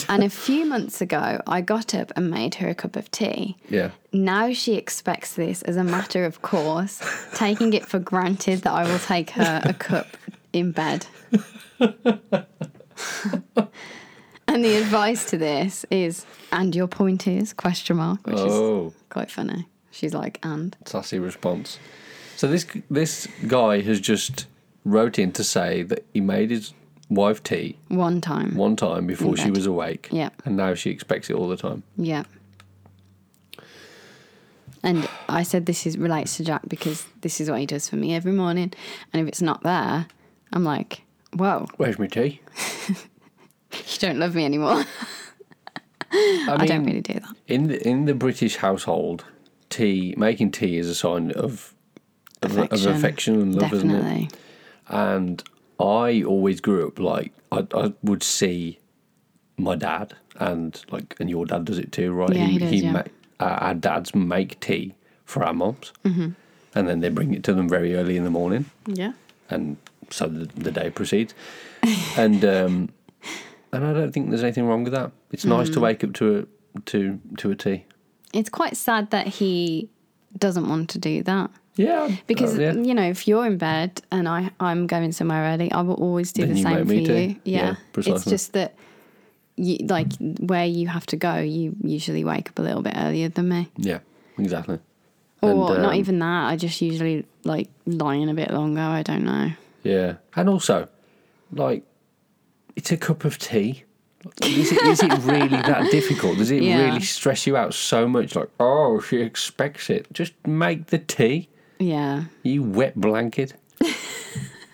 [SPEAKER 2] And a few months ago, I got up and made her a cup of tea.
[SPEAKER 1] yeah.
[SPEAKER 2] Now she expects this as a matter of course, taking it for granted that I will take her a cup in bed. and the advice to this is, and your point is question mark, which
[SPEAKER 1] Oh.
[SPEAKER 2] is quite funny. She's like, and
[SPEAKER 1] Sassy response. So this this guy has just wrote in to say that he made his wife tea
[SPEAKER 2] one time.
[SPEAKER 1] one time before she
[SPEAKER 2] bed.
[SPEAKER 1] was awake.
[SPEAKER 2] Yeah.
[SPEAKER 1] And now she expects it all the time.
[SPEAKER 2] Yeah. And I said this is relates to Jack because this is what he does for me every morning. And if it's not there, I'm like, whoa,
[SPEAKER 1] Where's my tea?
[SPEAKER 2] you don't love me anymore.
[SPEAKER 1] I,
[SPEAKER 2] I don't
[SPEAKER 1] mean,
[SPEAKER 2] really do that.
[SPEAKER 1] in the in the British household, tea making tea is a sign of of, of
[SPEAKER 2] Affection.
[SPEAKER 1] affection and love, isn't it?
[SPEAKER 2] Definitely.
[SPEAKER 1] and I always grew up like I, I would see my dad and like and your dad does it too, right?
[SPEAKER 2] Yeah, he does, yeah.
[SPEAKER 1] ma- our, our dads make tea for our moms, mm-hmm. and then they bring it to them very early in the morning,
[SPEAKER 2] Yeah.
[SPEAKER 1] and so the, the day proceeds. and um, and I don't think there's anything wrong with that. It's nice
[SPEAKER 2] Mm.
[SPEAKER 1] to wake up to a to to a tea.
[SPEAKER 2] It's quite sad that he doesn't want to do that.
[SPEAKER 1] Yeah,
[SPEAKER 2] Because
[SPEAKER 1] uh, yeah.
[SPEAKER 2] you know, if you're in bed and I I'm going somewhere early, I will always do
[SPEAKER 1] Then
[SPEAKER 2] the
[SPEAKER 1] you
[SPEAKER 2] same
[SPEAKER 1] make
[SPEAKER 2] for
[SPEAKER 1] me
[SPEAKER 2] you.
[SPEAKER 1] do. Yeah,
[SPEAKER 2] Yeah, it's
[SPEAKER 1] precisely.
[SPEAKER 2] just that you like where you have to go. You usually wake up a little bit earlier than me,
[SPEAKER 1] yeah, exactly.
[SPEAKER 2] or
[SPEAKER 1] And,
[SPEAKER 2] not
[SPEAKER 1] um,
[SPEAKER 2] even that. I just usually like lying a bit longer. I don't know.
[SPEAKER 1] Yeah. And also, like, it's a cup of tea. Is it, is it really that difficult? Does it
[SPEAKER 2] Yeah.
[SPEAKER 1] really stress you out so much? Like, oh, she expects it. Just make the tea,
[SPEAKER 2] Yeah,
[SPEAKER 1] you wet blanket.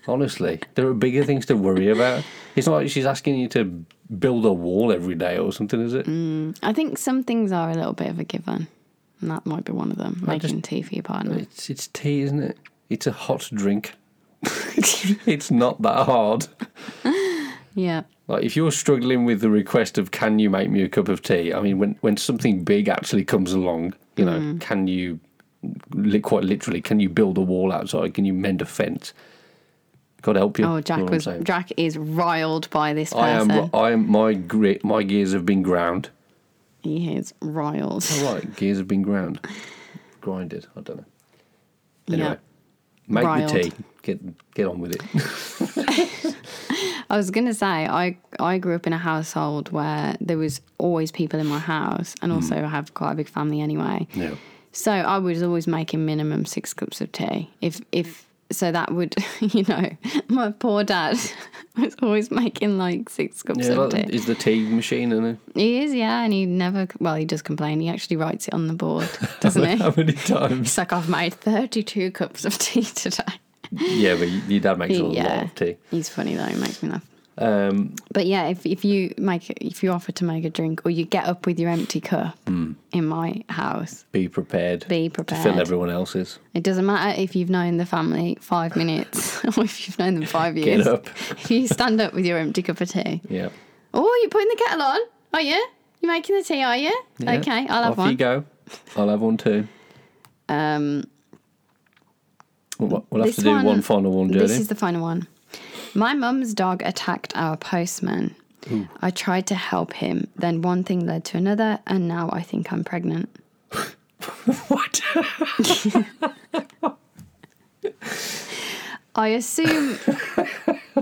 [SPEAKER 1] Honestly, there are bigger things to worry about. It's not like she's asking you to build a wall every day or something, is it?
[SPEAKER 2] I think some things are a little bit of a given, and that might be one of them. making tea for your partner.
[SPEAKER 1] It's, it's tea, isn't it? It's a hot drink. it's not that hard.
[SPEAKER 2] Yeah,
[SPEAKER 1] Like if you're struggling with the request of can you make me a cup of tea? I mean, when when something big actually comes along, you know,
[SPEAKER 2] Mm.
[SPEAKER 1] can you li- quite literally can you build a wall outside? Can you mend a fence? God help you.
[SPEAKER 2] Oh,
[SPEAKER 1] you know
[SPEAKER 2] Jack
[SPEAKER 1] what I'm
[SPEAKER 2] was
[SPEAKER 1] saying?
[SPEAKER 2] Jack is riled by this
[SPEAKER 1] I
[SPEAKER 2] person.
[SPEAKER 1] am. I am. My gri- my gears have been ground.
[SPEAKER 2] he is riled.
[SPEAKER 1] All right, gears have been ground, grinded. I don't know. Anyway,
[SPEAKER 2] Yeah.
[SPEAKER 1] make
[SPEAKER 2] Riled.
[SPEAKER 1] the tea. Get get on with it.
[SPEAKER 2] I was gonna say I I grew up in a household where there was always people in my house, and also I have quite a big family anyway.
[SPEAKER 1] Hmm. yeah.
[SPEAKER 2] So I was always making minimum six cups of tea. If if so, that would you know my poor dad was always making like six cups
[SPEAKER 1] Yeah,
[SPEAKER 2] of
[SPEAKER 1] like,
[SPEAKER 2] tea.
[SPEAKER 1] is the tea machine in it?
[SPEAKER 2] He is yeah, and he never well he does complain. He actually writes it on the board, doesn't he?
[SPEAKER 1] How many times?
[SPEAKER 2] It's like I've made thirty-two cups of tea today.
[SPEAKER 1] yeah, but your dad makes a lot
[SPEAKER 2] Yeah.
[SPEAKER 1] of tea.
[SPEAKER 2] He's funny though; he makes me laugh.
[SPEAKER 1] Um,
[SPEAKER 2] But yeah, if, if you make if you offer to make a drink or you get up with your empty cup in my house,
[SPEAKER 1] be prepared.
[SPEAKER 2] Be
[SPEAKER 1] To fill
[SPEAKER 2] prepared.
[SPEAKER 1] everyone else's.
[SPEAKER 2] it doesn't matter if you've known the family five minutes or if you've known them five years.
[SPEAKER 1] up.
[SPEAKER 2] If you stand up with your empty cup of tea.
[SPEAKER 1] Yeah.
[SPEAKER 2] Oh, you're putting the kettle on, are you? You're making the tea, are you?
[SPEAKER 1] Yeah.
[SPEAKER 2] Okay, I'll have
[SPEAKER 1] Off
[SPEAKER 2] one.
[SPEAKER 1] you go. I'll have one too.
[SPEAKER 2] Um,
[SPEAKER 1] We'll, we'll have
[SPEAKER 2] This
[SPEAKER 1] to do one,
[SPEAKER 2] one-
[SPEAKER 1] final one, Jodie.
[SPEAKER 2] this is the final one. My mum's dog attacked our postman. I tried to help him. Then one thing led to another, and now I think I'm pregnant.
[SPEAKER 1] what?
[SPEAKER 2] I assume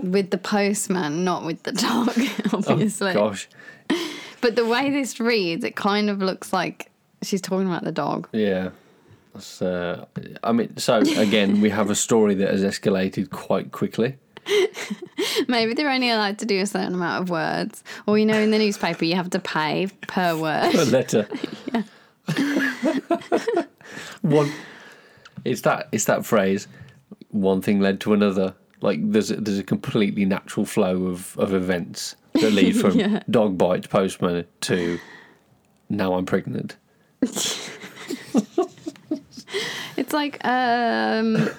[SPEAKER 2] with the postman, not with the dog, obviously.
[SPEAKER 1] Gosh.
[SPEAKER 2] but the way this reads, it kind of looks like she's talking about the dog.
[SPEAKER 1] Yeah. That's, uh, I mean, so again, we have a story that has escalated quite quickly.
[SPEAKER 2] Maybe they're only allowed to do a certain amount of words. Or, you know, in the newspaper, you have to pay per
[SPEAKER 1] A
[SPEAKER 2] word.
[SPEAKER 1] letter. one. It's that. It's that phrase. One thing led to another. Like there's a, there's a completely natural flow of of events that lead from
[SPEAKER 2] Yeah.
[SPEAKER 1] dog bite postman to now I'm pregnant.
[SPEAKER 2] It's like, um,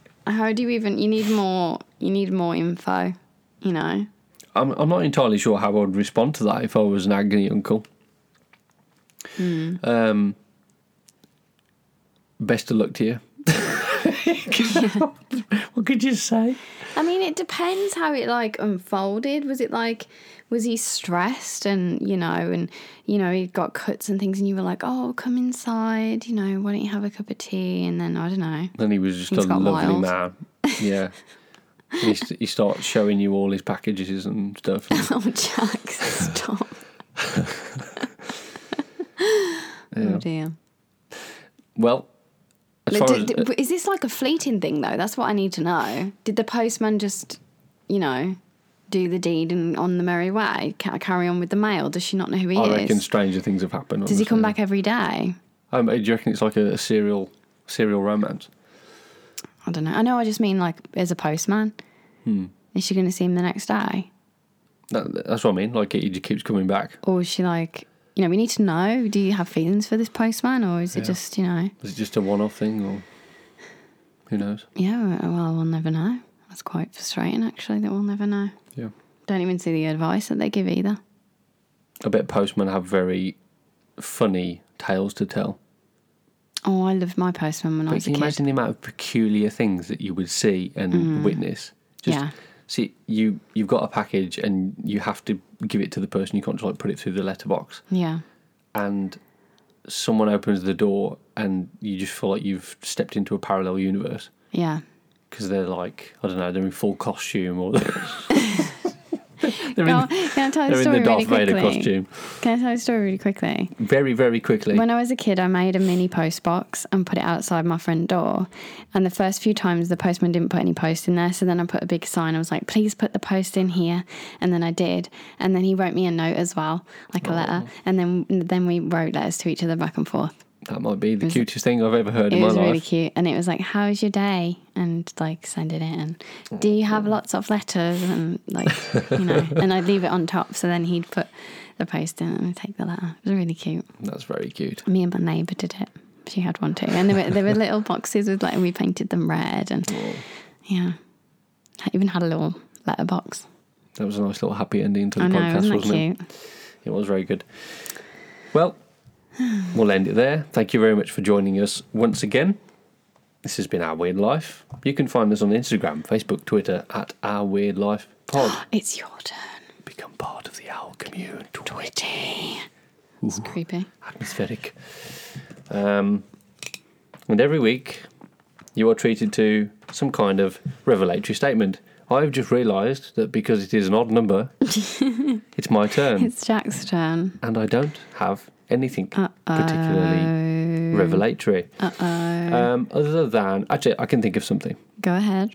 [SPEAKER 2] how do you even, you need more, you need more info, you know?
[SPEAKER 1] I'm, I'm not entirely sure how I'd respond to that if I was an agony uncle. Um, best of luck to you. what could you say?
[SPEAKER 2] I mean, it depends how it like unfolded. Was it like, was he stressed and, you know, and, you know, he got cuts and things and you were like, oh, come inside, you know, why don't you have a cup of tea? And then, I don't know.
[SPEAKER 1] Then he was just
[SPEAKER 2] He's
[SPEAKER 1] a
[SPEAKER 2] got
[SPEAKER 1] lovely
[SPEAKER 2] wild.
[SPEAKER 1] man. Yeah. And he, st- he starts showing you all his packages and stuff.
[SPEAKER 2] Oh, Jack, stop. Oh, dear.
[SPEAKER 1] Well, as
[SPEAKER 2] Like,
[SPEAKER 1] far
[SPEAKER 2] d-
[SPEAKER 1] as,
[SPEAKER 2] d- w- is this like a fleeting thing though? That's what I need to know. Did the postman just, you know, do the deed and on the merry way ca- carry on with the mail? Does she not know who he
[SPEAKER 1] uh, I
[SPEAKER 2] is?
[SPEAKER 1] reckon stranger things have happened.
[SPEAKER 2] Does he come
[SPEAKER 1] honestly.
[SPEAKER 2] back every day?
[SPEAKER 1] Um, do you reckon it's like a, a serial serial romance?
[SPEAKER 2] I don't know. I know. I just mean like as a postman.
[SPEAKER 1] Hmm.
[SPEAKER 2] Is she going to see him the next day,
[SPEAKER 1] That, that's what I mean. Like he just keeps coming back.
[SPEAKER 2] or is she like, you know, we need to know. Do you have feelings for this postman, or is it just, you know,
[SPEAKER 1] Was it just a one off thing or who knows?
[SPEAKER 2] yeah? Well, we'll never know. That's quite frustrating, actually. That we'll never know.
[SPEAKER 1] Yeah.
[SPEAKER 2] Don't even see the advice that they give either.
[SPEAKER 1] I bet postmen have very funny tales to tell.
[SPEAKER 2] Oh, I loved my postman when I
[SPEAKER 1] But
[SPEAKER 2] was a
[SPEAKER 1] can you
[SPEAKER 2] kid.
[SPEAKER 1] imagine the amount of peculiar things that you would see and witness?
[SPEAKER 2] Mm. Yeah.
[SPEAKER 1] See, you you've got a package and you have to give it to the person. You can't just like put it through the letterbox.
[SPEAKER 2] Yeah.
[SPEAKER 1] And someone opens the door and you just feel like you've stepped into a parallel universe
[SPEAKER 2] Yeah.
[SPEAKER 1] because they're like I don't know they're in full costume or they're in,
[SPEAKER 2] Oh, can I tell you
[SPEAKER 1] they're
[SPEAKER 2] a
[SPEAKER 1] in
[SPEAKER 2] story
[SPEAKER 1] the Darth
[SPEAKER 2] really quickly?
[SPEAKER 1] Vader costume.
[SPEAKER 2] Can I tell you a story really quickly?
[SPEAKER 1] Very very quickly.
[SPEAKER 2] When I was a kid, I made a mini post box and put it outside my front door. And the first few times, the postman didn't put any post in there. So then I put a big sign. I was like, please put the post in here. And then I did. And then he wrote me a note as well, like a letter. And then then we wrote letters to each other back and forth.
[SPEAKER 1] That might be the cutest thing I've ever heard in
[SPEAKER 2] It
[SPEAKER 1] my
[SPEAKER 2] was
[SPEAKER 1] life.
[SPEAKER 2] really cute. And it was like, how's your day? And like sending it in.
[SPEAKER 1] Oh,
[SPEAKER 2] Do you have lots of letters? And like, you know, and I'd leave it on top. So then he'd put the post in and I'd take the letter. It was really cute.
[SPEAKER 1] That's very cute.
[SPEAKER 2] Me and my neighbour did it. She had one too. And there were, there were little boxes with like, and we painted them red. And
[SPEAKER 1] Oh.
[SPEAKER 2] yeah, I even had a little letterbox.
[SPEAKER 1] That was a nice little happy ending to the
[SPEAKER 2] I know,
[SPEAKER 1] podcast,
[SPEAKER 2] isn't that
[SPEAKER 1] wasn't it?
[SPEAKER 2] cute?
[SPEAKER 1] It was very good. Well, we'll end it there. Thank you very much for joining us once again. This has been Our Weird Life. You can find us on Instagram, Facebook, Twitter at Our Weird Life Pod.
[SPEAKER 2] It's your turn.
[SPEAKER 1] Become part of the Owl Commune.
[SPEAKER 2] Twitty. It's creepy.
[SPEAKER 1] Atmospheric. Um, and every week, you are treated to some kind of revelatory statement. I've just realised that because it is an odd number, it's my turn.
[SPEAKER 2] It's Jack's turn.
[SPEAKER 1] and I don't have anything
[SPEAKER 2] Uh,
[SPEAKER 1] particularly revelatory. Um, other than, actually, I can think of something.
[SPEAKER 2] Go ahead.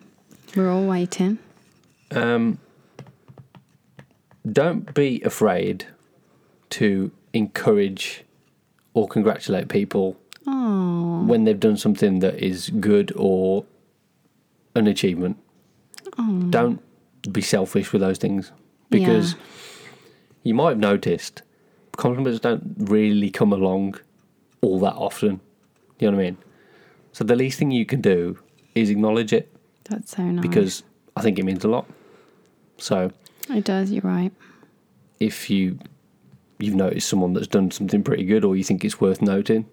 [SPEAKER 2] We're all waiting.
[SPEAKER 1] Don't be afraid to encourage or congratulate people
[SPEAKER 2] Oh,
[SPEAKER 1] when they've done something that is good or an achievement. Don't be selfish with those things because
[SPEAKER 2] Yeah.
[SPEAKER 1] you might have noticed compliments don't really come along all that often. You know what I mean? So the least thing you can do is acknowledge it
[SPEAKER 2] That's so nice.
[SPEAKER 1] because I think it means a lot. So
[SPEAKER 2] It does, you're right.
[SPEAKER 1] if you you've noticed someone that's done something pretty good or you think it's worth noting,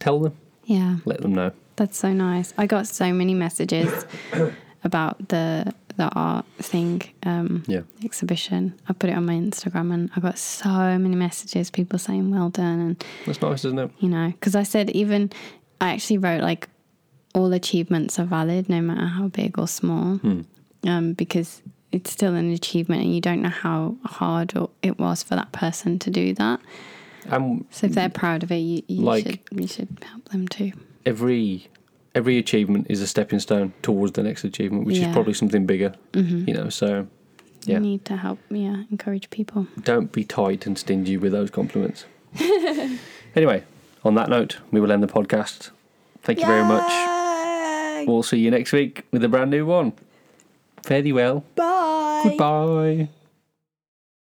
[SPEAKER 1] tell them,
[SPEAKER 2] Yeah.
[SPEAKER 1] let them know.
[SPEAKER 2] That's so nice. I got so many messages about the the art thing um,
[SPEAKER 1] Yeah.
[SPEAKER 2] exhibition. I put it on my Instagram, and I got so many messages. People saying well done, and
[SPEAKER 1] That's nice, isn't it?
[SPEAKER 2] you know, because I said even I actually wrote like all achievements are valid, no matter how big or small,
[SPEAKER 1] Hmm.
[SPEAKER 2] um, because it's still an achievement, and you don't know how hard or it was for that person to do that.
[SPEAKER 1] And
[SPEAKER 2] So if they're proud of it, you, you
[SPEAKER 1] Like-
[SPEAKER 2] should you should help them too.
[SPEAKER 1] every every achievement is a stepping stone towards the next achievement, which
[SPEAKER 2] Yeah. Mm-hmm.
[SPEAKER 1] is probably something bigger. You know, so yeah.
[SPEAKER 2] You need to help, yeah, encourage people.
[SPEAKER 1] don't be tight and stingy with those compliments. anyway, on that note, we will end the podcast. Thank you very much. We'll see you next week with a brand new one. Fare thee well.
[SPEAKER 2] Bye.
[SPEAKER 1] Goodbye.